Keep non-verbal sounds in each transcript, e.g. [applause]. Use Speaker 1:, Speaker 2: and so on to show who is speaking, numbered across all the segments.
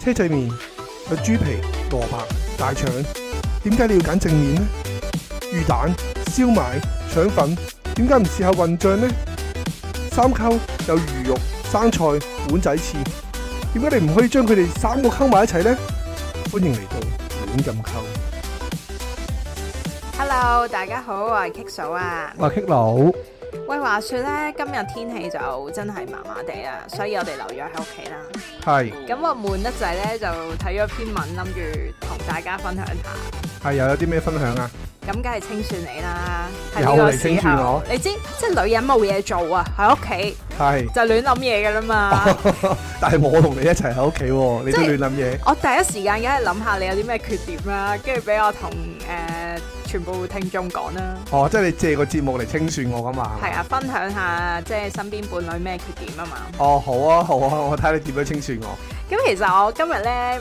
Speaker 1: 車仔麵有豬皮、蘿蔔、大腸，點解你要揀正面呢？魚蛋、燒賣、腸粉，點解唔試下混醬呢？三溝有魚肉、生菜、碗仔翅，點解你唔可以將佢哋三個溝埋一齊呢？歡迎嚟到亂咁溝。
Speaker 2: Hello，大家好，我係 Kick 嫂啊。
Speaker 1: 哇，棘佬，
Speaker 2: 喂，話說呢，今日天氣就真係麻麻地啊，所以我哋留咗喺屋企啦。
Speaker 1: 係
Speaker 2: 咁我悶得滯呢，就睇咗篇文，諗住同大家分享下。
Speaker 1: 係又有啲咩分享啊？
Speaker 2: 咁梗係清算你啦，喺
Speaker 1: 又
Speaker 2: 呢個
Speaker 1: 嚟清
Speaker 2: 時
Speaker 1: 算
Speaker 2: 候
Speaker 1: 我，
Speaker 2: 你知即係女人冇嘢做啊，喺屋企 [laughs]
Speaker 1: 係，
Speaker 2: 就亂諗嘢㗎啦
Speaker 1: [laughs]
Speaker 2: 嘛。
Speaker 1: 但係我同你一齊喺屋企喎，你都
Speaker 2: 即係
Speaker 1: 亂諗嘢。
Speaker 2: 我第一時間梗係諗下你有啲咩缺點啦，跟住俾我同誒、呃全部聽眾講啦。
Speaker 1: 哦，即係你借個節目嚟清算我噶嘛？
Speaker 2: 係啊，分享下即係身邊伴侶咩缺點啊嘛。
Speaker 1: 哦，好啊，好啊，我睇你點樣清算我。
Speaker 2: 咁其實我今日咧，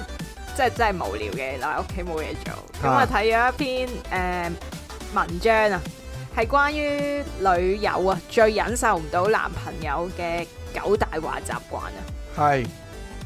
Speaker 2: 即係真係無聊嘅，留喺屋企冇嘢做。咁
Speaker 1: 啊
Speaker 2: 我睇咗一篇誒、呃文章啊，係關於女友啊最忍受唔到男朋友嘅九大壞習慣啊。
Speaker 1: 係，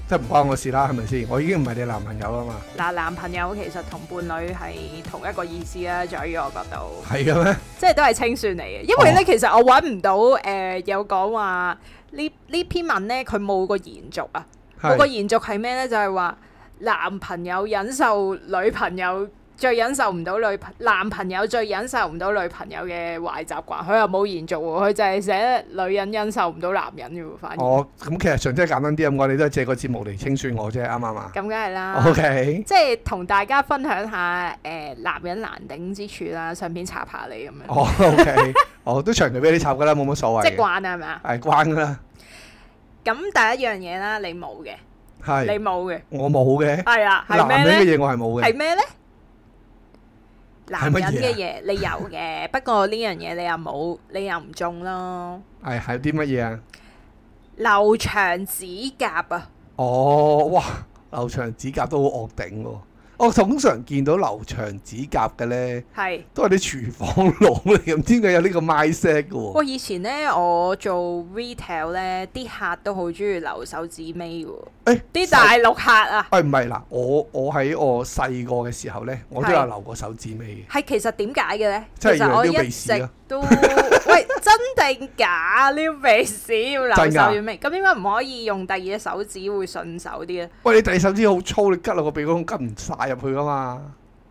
Speaker 1: 即係唔關我事啦，係咪先？我已經唔係你男朋友啦嘛。
Speaker 2: 嗱，男朋友其實同伴侶係同一個意思啦，在於我角度，
Speaker 1: 係嘅咩？
Speaker 2: 即係都係清算嚟嘅。因為咧，
Speaker 1: 哦
Speaker 2: 其實我揾唔到誒、呃有講話呢呢篇文咧，佢冇個延續啊。嗰個
Speaker 1: 係。
Speaker 2: 延續係咩呢？就係話男朋友忍受女朋友最忍受唔到女朋男朋友最忍受唔到女朋友嘅壞習慣，佢又冇延續喎，佢就係寫女人忍受唔到男人嘅喎，反而咁
Speaker 1: 哦，咁其實上真係簡單啲咁，我哋都係借個節目嚟清算我啫，啱唔啱啊
Speaker 2: 梗係啦。
Speaker 1: ？OK，
Speaker 2: 即係同大家分享下誒、呃男人難頂之處啦，順便插下你咁樣，
Speaker 1: 哦，OK，哦都長期俾你插噶啦，冇乜所
Speaker 2: 即
Speaker 1: 謂
Speaker 2: 係
Speaker 1: 嘅。
Speaker 2: 慣係咪啊？
Speaker 1: 係關噶啦，
Speaker 2: 咁第一樣嘢啦，你冇嘅，
Speaker 1: 係
Speaker 2: 你冇嘅，
Speaker 1: 我冇嘅，
Speaker 2: 係啊，係咩
Speaker 1: 男人？
Speaker 2: 呢
Speaker 1: 嘅嘢我係冇嘅。
Speaker 2: 係咩呢？
Speaker 1: 係
Speaker 2: 男
Speaker 1: 乜嘢
Speaker 2: 人
Speaker 1: 啊
Speaker 2: 嘅嘢你
Speaker 1: [laughs]
Speaker 2: 有嘅，不過呢樣嘢你又冇，你又唔中咯。
Speaker 1: 係係啲乜嘢啊？
Speaker 2: 留長指甲啊，
Speaker 1: 哦，哇！留長指甲都好惡頂喎。我通常見到留長指甲嘅咧，
Speaker 2: 係
Speaker 1: 都係啲廚房佬嚟，咁點解有呢個 mindset 嘅喎？
Speaker 2: 喂，以前呢，我做 retail 呢啲客都好中意留手指尾喎，
Speaker 1: 誒
Speaker 2: 啲大陸客啊，
Speaker 1: 哎誒唔係嗱，我我喺我細個嘅時候咧，我都
Speaker 2: 係
Speaker 1: 有留過手指尾嘅。
Speaker 2: 係其實點解嘅呢？其
Speaker 1: 真係
Speaker 2: 實我
Speaker 1: 以為撩
Speaker 2: 一
Speaker 1: 鼻屎
Speaker 2: 直
Speaker 1: 啊
Speaker 2: 都 [laughs] 喂真定假撩鼻屎要留
Speaker 1: 真㗎
Speaker 2: 手指尾，咁點解唔可以用第二隻手指會順手啲呢？
Speaker 1: 喂，你第二手指好粗，你吉落個鼻哥窿，吉唔晒入去噶嘛？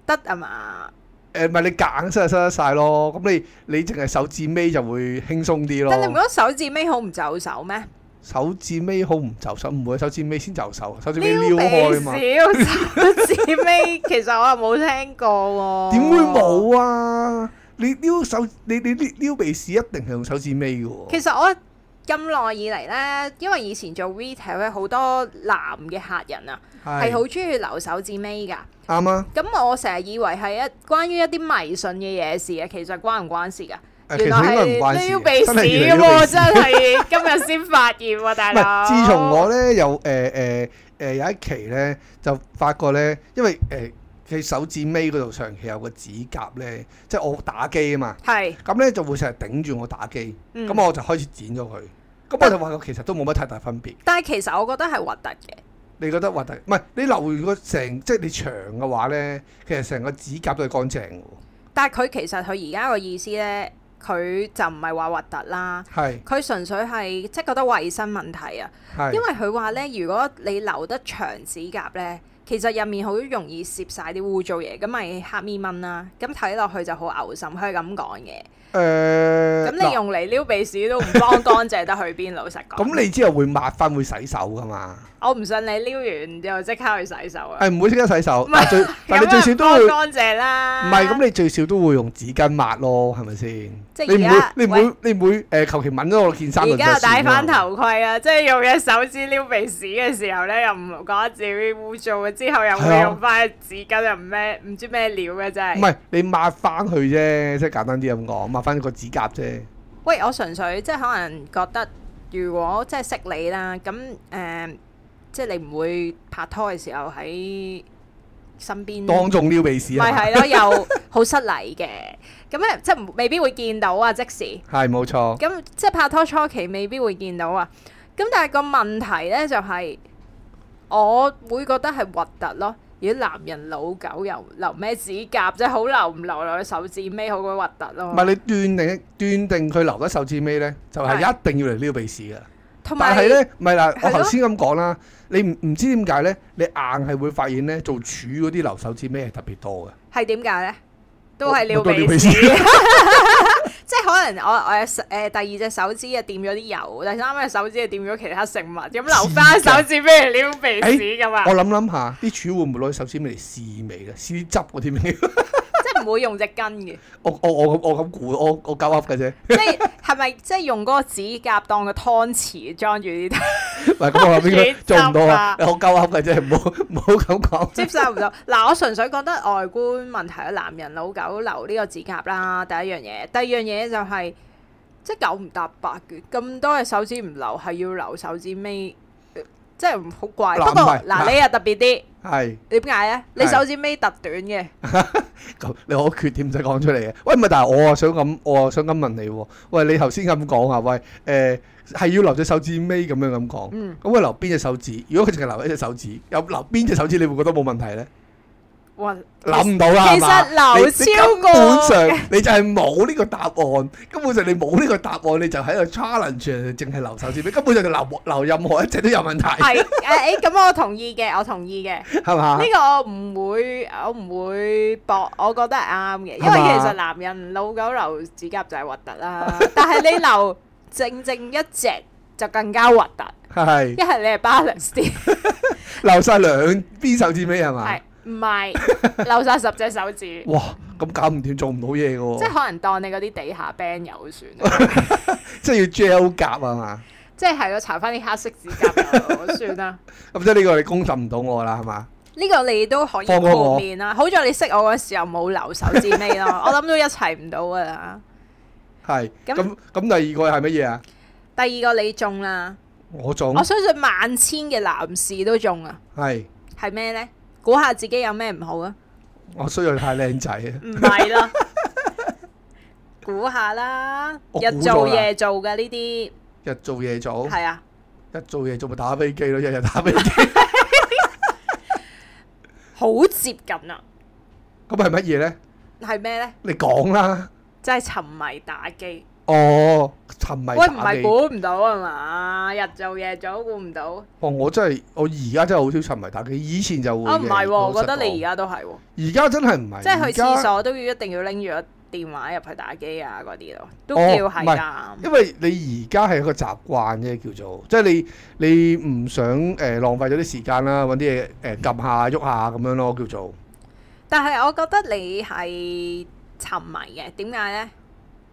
Speaker 2: 得啊嘛？
Speaker 1: 誒唔係你夾硬塞就塞得晒咯，咁你你淨係手指尾就會輕鬆啲
Speaker 2: 但你唔覺
Speaker 1: 咯。
Speaker 2: 得手指尾好唔就手咩？
Speaker 1: 手指尾好唔就手，唔會手指尾先就手，手指尾撩
Speaker 2: 撩
Speaker 1: 開嘛。
Speaker 2: 鼻屎手指尾， [laughs] 其實我又冇聽過喎。
Speaker 1: 點會？冇啊？你撩手，你你撩撩鼻屎一定係用手指尾嘅喎。
Speaker 2: 其實我咁耐以嚟呢，因為以前做 retail 咧，好多男嘅客人啊，係好中意留手指尾㗎。
Speaker 1: 啱啊！
Speaker 2: 咁我成日以為係一關於一啲迷信嘅嘢事啊，其實關唔關事㗎？
Speaker 1: 誒其
Speaker 2: 原
Speaker 1: 實應該唔關
Speaker 2: 係
Speaker 1: 事
Speaker 2: 撩
Speaker 1: 嘅，
Speaker 2: 鼻
Speaker 1: 真係
Speaker 2: 屎
Speaker 1: 原來撩鼻
Speaker 2: 喎，
Speaker 1: 屎
Speaker 2: 真係今日先發現喎，大
Speaker 1: 唔係，
Speaker 2: 佬。
Speaker 1: 自從我咧有誒誒誒有一期咧，就發覺咧，因為誒佢、手指尾嗰度長期有個指甲咧，即係我打機啊嘛，
Speaker 2: 係
Speaker 1: 咁咧就會成日頂住我打機，咁、
Speaker 2: 嗯
Speaker 1: 我就開始剪咗佢。咁我就發覺其實都冇乜太大分別。
Speaker 2: 但係其實我覺得係核突嘅。
Speaker 1: 你覺得核突？唔係你留如果成即係你長嘅話咧，其實成個指甲都係乾淨嘅喎。
Speaker 2: 但係佢其實佢而家個意思呢，佢就唔係話核突啦，
Speaker 1: 係
Speaker 2: 佢純粹係即係覺得衞生問題啊。
Speaker 1: 係。
Speaker 2: 因為佢話呢，如果你留得長指甲呢，其實入面好容易攝晒啲污糟嘢，咁咪黑咪蚊啦。咁睇落去就好嘔心，佢係咁講嘅。
Speaker 1: 誒，
Speaker 2: 咁
Speaker 1: 咁
Speaker 2: 你用嚟撩鼻屎都唔幫乾淨得去邊，老實講。
Speaker 1: 咁你之後會抹翻會洗手噶嘛？
Speaker 2: 我唔信你撩完就即刻去洗手啊！
Speaker 1: 係唔會即刻洗手
Speaker 2: 唔係，
Speaker 1: 但最但你
Speaker 2: 咁
Speaker 1: 最
Speaker 2: 啊
Speaker 1: 少都
Speaker 2: 幫
Speaker 1: 會唔
Speaker 2: 乾淨啦。
Speaker 1: 係咁，你最少都會用紙巾抹咯，係咪先？
Speaker 2: 即係
Speaker 1: 你唔
Speaker 2: 而家
Speaker 1: 會你唔會你唔會誒求其揾咗我件衫
Speaker 2: 而
Speaker 1: 度就
Speaker 2: 家又戴
Speaker 1: 算啦
Speaker 2: 翻頭盔啊，即係用隻手指撩鼻屎嘅時候咧，又唔覺得自己污糟啊，之後又
Speaker 1: 係啊
Speaker 2: 會用翻紙巾，又唔咩唔知咩料嘅真
Speaker 1: 唔
Speaker 2: 係。
Speaker 1: 係你抹翻佢啫，即係簡單啲咁講，抹翻個指甲啫。
Speaker 2: 喂，我純粹即係可能覺得，如果即係識你啦，咁誒、呃即係你唔會拍拖嘅時候喺身邊。
Speaker 1: 當眾撩鼻屎
Speaker 2: 嗯
Speaker 1: 啊
Speaker 2: 咪
Speaker 1: 係
Speaker 2: 係咯，又好失禮嘅，咁咧即係未必會見到啊，即時。
Speaker 1: 係冇錯，
Speaker 2: 咁即係拍拖初期未必會見到啊。咁但係個問題呢，就係、我會覺得係核突咯。如果男人老狗又留咩指甲啫，好留唔留落去手指尾，好鬼核突
Speaker 1: 唔
Speaker 2: 咯。
Speaker 1: 係你斷定斷定佢留咗手指尾咧，就係、
Speaker 2: 係
Speaker 1: 一定要嚟撩鼻屎噶。
Speaker 2: 同埋
Speaker 1: 但係咧，唔係嗱，我
Speaker 2: 係咯
Speaker 1: 頭先咁講啦，你唔唔知點解咧，你硬係會發現咧，做柱嗰啲留手指尾係特別多嘅。
Speaker 2: 係點解咧？都係撩
Speaker 1: 我都撩
Speaker 2: 鼻
Speaker 1: 鼻
Speaker 2: 屎
Speaker 1: 屎，
Speaker 2: [laughs] 即係可能我我誒、呃、第二隻手指啊掂咗啲油，第三隻手指啊掂咗其他食物，咁留
Speaker 1: [laughs]
Speaker 2: 翻手指俾人撩鼻屎噶嘛，
Speaker 1: 哎我諗諗下，啲柱會唔會攞手指尾嚟試味嘅？試啲汁嗰啲味？
Speaker 2: 即係唔會用隻根嘅。
Speaker 1: [laughs] 我我我咁我咁估，我我鳩噏嘅啫。 [laughs]
Speaker 2: 即係係咪即係用嗰個指甲當個湯匙裝住啲？
Speaker 1: 唔係咁，我諗應該做唔到啊！
Speaker 2: 你
Speaker 1: 我鳩噏嘅啫，唔好唔好咁講。
Speaker 2: 接受唔到。嗱，我純粹覺得外觀問題啦，男人老狗留呢個指甲啦，第一樣嘢。第二樣嘢就係、 [laughs] 即係九唔搭八嘅，咁多嘅手指唔留，係要留手指尾，呃即係唔好怪。
Speaker 1: 嗱
Speaker 2: 不過
Speaker 1: 唔係
Speaker 2: 嗱，
Speaker 1: 嗱
Speaker 2: 你又特別啲，
Speaker 1: 係
Speaker 2: 點解咧？你
Speaker 1: 係
Speaker 2: 手指尾特短嘅，
Speaker 1: 咁，你我缺點唔使講出嚟嘅。喂，唔係，但係我啊想咁，我啊想咁問你喎。喂，你頭先咁講啊，喂，誒、係要留隻手指尾咁樣咁講。
Speaker 2: 嗯，
Speaker 1: 咁佢留邊隻手指？如果佢淨係留一隻手指，有留邊隻手指，你會覺得冇問題咧？
Speaker 2: 哇，
Speaker 1: 諗唔到啦，係
Speaker 2: 其
Speaker 1: 嘛
Speaker 2: 實
Speaker 1: 你
Speaker 2: 留
Speaker 1: 你
Speaker 2: 超過
Speaker 1: 根本上你就係冇呢個答案，根本上你冇呢個答案，你就喺度 challenge 人淨係留手指尾，根本上就留留任何一隻都有問題，
Speaker 2: 係誒誒，咁、我同意嘅，我同意嘅。
Speaker 1: 係嘛
Speaker 2: 呢？個我唔會，我唔會駁，我覺得係啱嘅，因為
Speaker 1: 係嘛
Speaker 2: 其實男人老狗留指甲就係核突啦， [laughs] 但係你留正正一隻就更加核 [laughs] 突，
Speaker 1: 係
Speaker 2: 一係你係 balance 啲，
Speaker 1: 留晒兩邊手指尾係嘛
Speaker 2: 係？唔 [laughs] 係留晒十隻手指，
Speaker 1: 哇！咁搞唔掂，做唔到嘢嘅
Speaker 2: 即係
Speaker 1: 喎，
Speaker 2: 可能當你嗰啲地下 band 油算 [laughs] 啦，
Speaker 1: 即係要 gel 夾係嘛？
Speaker 2: 即係係咯，搽翻啲黑色指甲油算啦。
Speaker 1: 咁即係呢個你攻陷唔到我啦，係嘛？
Speaker 2: [laughs] 呢個你都可以
Speaker 1: 放過我
Speaker 2: 豁免啦，好在你識我嗰時候冇留手指尾咯， [laughs] 我諗都一齊唔到噶啦。
Speaker 1: 係
Speaker 2: 咁
Speaker 1: 咁咁，第二個係乜嘢啊？
Speaker 2: 第二個你中啦。
Speaker 1: 我仲
Speaker 2: 我相信萬千嘅男士都中啊，
Speaker 1: 係
Speaker 2: 係咩呢？估下自己有咩唔好啊？
Speaker 1: 我需要太靚仔啊！
Speaker 2: 唔係 [laughs] 啦，估下啦，
Speaker 1: 我估
Speaker 2: 日
Speaker 1: 咗
Speaker 2: 做
Speaker 1: 啦
Speaker 2: 夜做嘅呢啲
Speaker 1: 日做夜做，
Speaker 2: 係啊，
Speaker 1: 日做夜做咪打飛機咯，日日打飛機。
Speaker 2: 好接近啊，
Speaker 1: 咁係乜嘢咧？
Speaker 2: 係咩呢？
Speaker 1: 你講啦。
Speaker 2: 就係沉迷打機，
Speaker 1: 哦，沉迷
Speaker 2: 喂唔
Speaker 1: 打
Speaker 2: 係
Speaker 1: 機。
Speaker 2: 估唔到啊嘛？日做夜做都估唔到，啊
Speaker 1: 哦，我真係我而家真係好少沉迷打機，以前就會嘅。
Speaker 2: 唔係喎，我覺得你而
Speaker 1: 而
Speaker 2: 家都係喎，
Speaker 1: 家而家真係唔係。
Speaker 2: 即係去廁
Speaker 1: 而家，
Speaker 2: 所都要一定要拎住個電話入去打機啊嗰啲咯，都
Speaker 1: 哦
Speaker 2: 叫係
Speaker 1: 唔係
Speaker 2: 㗎。
Speaker 1: 因為你而家係一個習慣啫，叫做即係你你唔想誒、呃浪費咗啲時間啦，揾啲嘢誒撳下喐下咁樣咯，叫做
Speaker 2: 但係我覺得你係沉迷嘅，點解呢？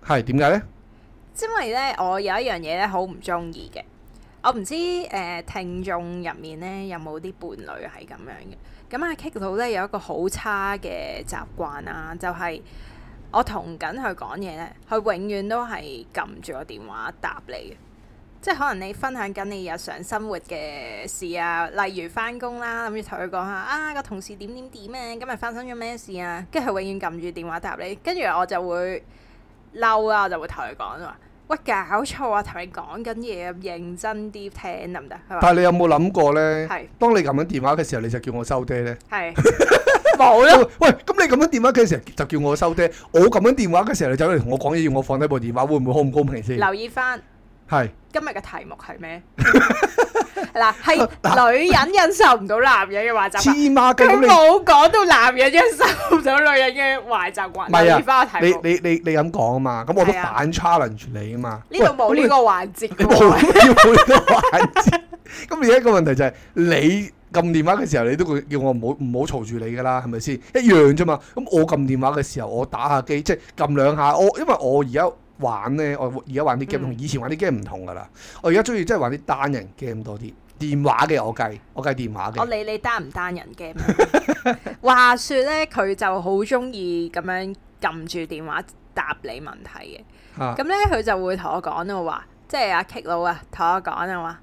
Speaker 1: 係點解咧？
Speaker 2: 因為咧，我有一樣嘢咧好唔中意嘅，我唔知誒、呃、聽眾入面咧有冇啲伴侶係咁樣嘅。咁阿 Kick 佬咧有一個好差嘅習慣啊，就係、我同緊佢講嘢咧，佢永遠都係撳住個電話答你嘅。即係可能你分享緊你日常生活嘅事啊，例如翻工啦，諗住同佢講下啊個同事點點點啊，今日發生咗咩事啊，跟住佢永遠撳住電話答你，跟住我就會嬲啦，我就會同佢講話，喂搞錯啊，同你講緊嘢，認真啲聽得唔得？佢話
Speaker 1: 但係你有冇諗過咧？
Speaker 2: 啊係
Speaker 1: 當你撳緊電話嘅時候，你就叫我收爹咧？
Speaker 2: 係冇咯，
Speaker 1: 喂，咁你撳緊電話嘅時候就叫我收爹，我撳緊電話嘅時候你走嚟同我講嘢，要我放低部電話，會唔會好唔公平先？
Speaker 2: 留意翻。
Speaker 1: 係。
Speaker 2: 今日嘅題目係咩？ [laughs] 嗱，係女人忍受唔到男人嘅壞習慣，
Speaker 1: 黐孖筋
Speaker 2: 佢
Speaker 1: 咁你
Speaker 2: 冇講到男人忍受唔到女人嘅壞習慣。
Speaker 1: 唔係啊
Speaker 2: 留意翻個題
Speaker 1: 你
Speaker 2: 目，
Speaker 1: 你你你咁講啊嘛，咁我都
Speaker 2: 係啊
Speaker 1: 反 challenge 你啊嘛。
Speaker 2: 呢度冇呢個環節
Speaker 1: 喂，咁你你 [laughs]
Speaker 2: 嘅。
Speaker 1: 冇要冇呢個環節。咁而家一個問題就係你。撳電話嘅時候，你都會叫我唔好唔好嘈住你㗎啦，係咪先？一樣啫嘛。咁我撳電話嘅時候，我打下機，即係撳兩下。我因為我而家玩咧，我而家玩啲 game
Speaker 2: 嗯
Speaker 1: 同以前玩啲 game 唔同㗎啦。我而家中意即係玩啲單人 game 多啲，電話嘅我計，我計電話
Speaker 2: 我
Speaker 1: 嘅。
Speaker 2: 理你單唔單人
Speaker 1: [laughs]
Speaker 2: game 啊。話說咧，佢就好中意咁樣撳住電話答你問題嘅。
Speaker 1: 嚇
Speaker 2: 咁咧佢就會同我講啊話，即係阿 Kick 佬啊，同我講啊話，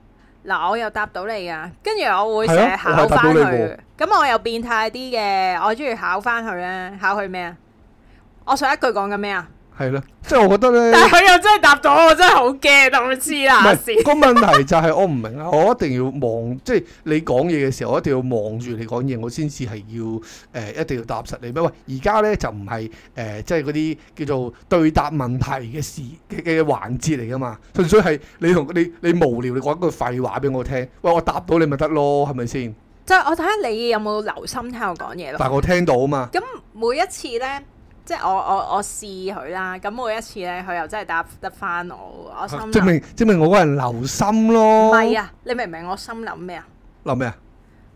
Speaker 2: 嗱我又答到你啊，跟住我會成
Speaker 1: 係
Speaker 2: 日
Speaker 1: 啊
Speaker 2: 考
Speaker 1: 我係答到
Speaker 2: 翻
Speaker 1: 你
Speaker 2: 佢
Speaker 1: 喎。
Speaker 2: 咁我又變態啲嘅，我中意考翻佢咧，考佢咩啊？我上一句講緊咩啊？
Speaker 1: [laughs] 係咯，即係我覺得咧
Speaker 2: 但。係佢又真係答到，我真係好啊嘅，同佢黐
Speaker 1: 唔
Speaker 2: 乸
Speaker 1: 係
Speaker 2: 線。
Speaker 1: 個問題就係我唔明啊！ [laughs] 我一定要望，即係你講嘢嘅時候，我一定要望住你講嘢，我先至係要誒、呃一定要答實你咩？喂，而家咧就唔係誒，即係嗰啲叫做對答問題嘅事嘅嘅環節嚟噶嘛，純粹係你同你你無聊，你講一句廢話俾我聽，喂，我答到你咪得咯，係咪先？
Speaker 2: 即係我睇下你有冇留心聽我講嘢咯。
Speaker 1: 但係我聽到啊嘛，
Speaker 2: 咁每一次咧，即係我我我試佢啦。咁每一次咧，佢又真係答得翻我。我心
Speaker 1: 啊證
Speaker 2: 諗
Speaker 1: 明證明我個人留心
Speaker 2: 唔
Speaker 1: 咯。
Speaker 2: 係啊，你明唔明我心諗咩啊？
Speaker 1: 諗咩啊？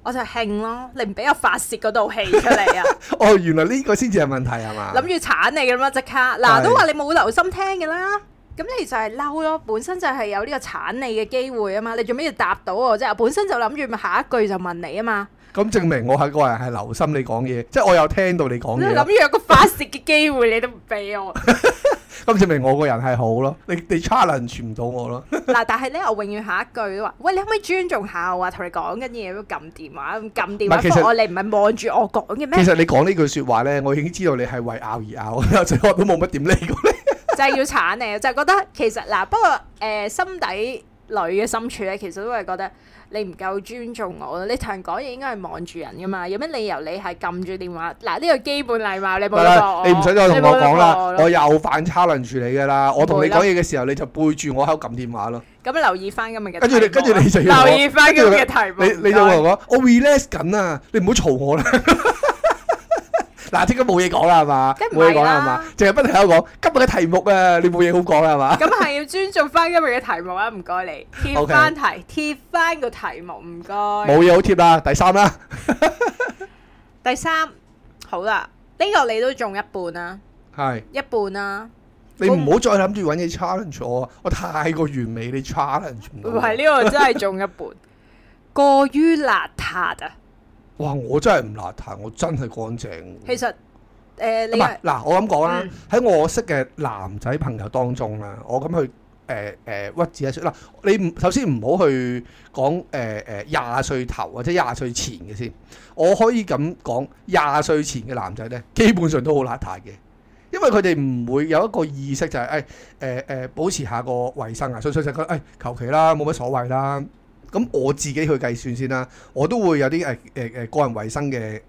Speaker 2: 我就興咯，你唔俾我發泄嗰道氣出嚟
Speaker 1: [laughs]
Speaker 2: 啊！
Speaker 1: 哦，原來呢個先至係問題係嘛？
Speaker 2: 諗住鏟你噶嘛，即刻嗱都話你冇留心聽嘅啦。咁你就係嬲咯，本身就係有呢個鏟你嘅機會啊嘛，你做咩要答到我啫？我本身就諗住咪下一句就問你啊嘛，
Speaker 1: 咁證明我係個人係留心你講嘢，即係我有聽到你講
Speaker 2: 你
Speaker 1: 嘢啊
Speaker 2: 諗
Speaker 1: 咯。
Speaker 2: 住有個發泄嘅機會你都唔俾我。 [laughs]
Speaker 1: 咁證明我個人係好咯。你你 challenge 唔到我咯。
Speaker 2: 嗱，但係咧，我永遠下一句都話：喂，你可唔可以尊重下我啊？同你講緊嘢都撳電話，咁撳電話
Speaker 1: 唔係其實
Speaker 2: 覆我，你唔係望住我講嘅
Speaker 1: 其
Speaker 2: 咩？
Speaker 1: 實你講呢句説話咧，我已經知道你係為拗而拗， [laughs] 所以我都冇乜點理過你。
Speaker 2: 就係要鏟你，就係覺得其實嗱，不過誒、呃心底裏嘅深處咧，其實都係覺得你唔夠尊重我。你同人講嘢應該係望住人噶嘛，有咩理由你係撳住電話？嗱，呢個基本禮貌你冇
Speaker 1: 係
Speaker 2: 得駁
Speaker 1: 啦
Speaker 2: 我，
Speaker 1: 你唔使再同
Speaker 2: 冇
Speaker 1: 我
Speaker 2: 得
Speaker 1: 講
Speaker 2: 駁
Speaker 1: 啦
Speaker 2: 我，
Speaker 1: 我又反 challenge 你㗎啦。我同你
Speaker 2: 唔會啦
Speaker 1: 講嘢嘅時候，你就背住我喺度撳電話咯。
Speaker 2: 咁留意翻今日嘅題目，
Speaker 1: 跟住你跟住你就要同我
Speaker 2: 留意翻今日嘅題目，
Speaker 1: 你你就
Speaker 2: 唔該
Speaker 1: 同我講，我 relax 緊啊，你唔好嘈我啦。 [laughs] 嗱，即刻冇嘢講啦，係嘛？
Speaker 2: 梗唔
Speaker 1: 冇嘢
Speaker 2: 係啦
Speaker 1: 講啦，係嘛？淨係不停喺度講今日嘅題目啊，你冇嘢好講啦，係嘛？
Speaker 2: 咁係要尊重翻今日嘅題目啊，唔該你
Speaker 1: [laughs]
Speaker 2: 貼
Speaker 1: OK
Speaker 2: 翻題，貼翻個題目，唔該。
Speaker 1: 冇嘢好貼啦，第三啦。
Speaker 2: 第三，好啦，呢、個你都中一半啦，
Speaker 1: 係，
Speaker 2: 一半啊啦，
Speaker 1: 你唔好再諗住揾嘢 challenge 我啊！我太過完美，你 challenge 唔
Speaker 2: 唔
Speaker 1: 到我。
Speaker 2: 係呢個真係中一半， [laughs] 過於邋遢啊！
Speaker 1: 哇！我真係唔邋遢，我真係乾淨。
Speaker 2: 其實誒、呃
Speaker 1: 嗯唔
Speaker 2: 你
Speaker 1: 係
Speaker 2: 係
Speaker 1: 嗱，我咁講啦
Speaker 2: 嗯，
Speaker 1: 喺我識嘅男仔朋友當中啦，我咁去誒誒屈指一算嗱，你唔首先唔好去講誒誒廿歲頭或者廿歲前嘅先，我可以咁講，廿歲前嘅男仔咧，基本上都好邋遢嘅。因為佢哋唔會有一個意識就係誒誒誒保持下個衞生啊，所以所以就覺得誒求其啦，冇乜所謂啦。咁我自己去計算先啦，我都會有啲誒誒誒個人衞生嘅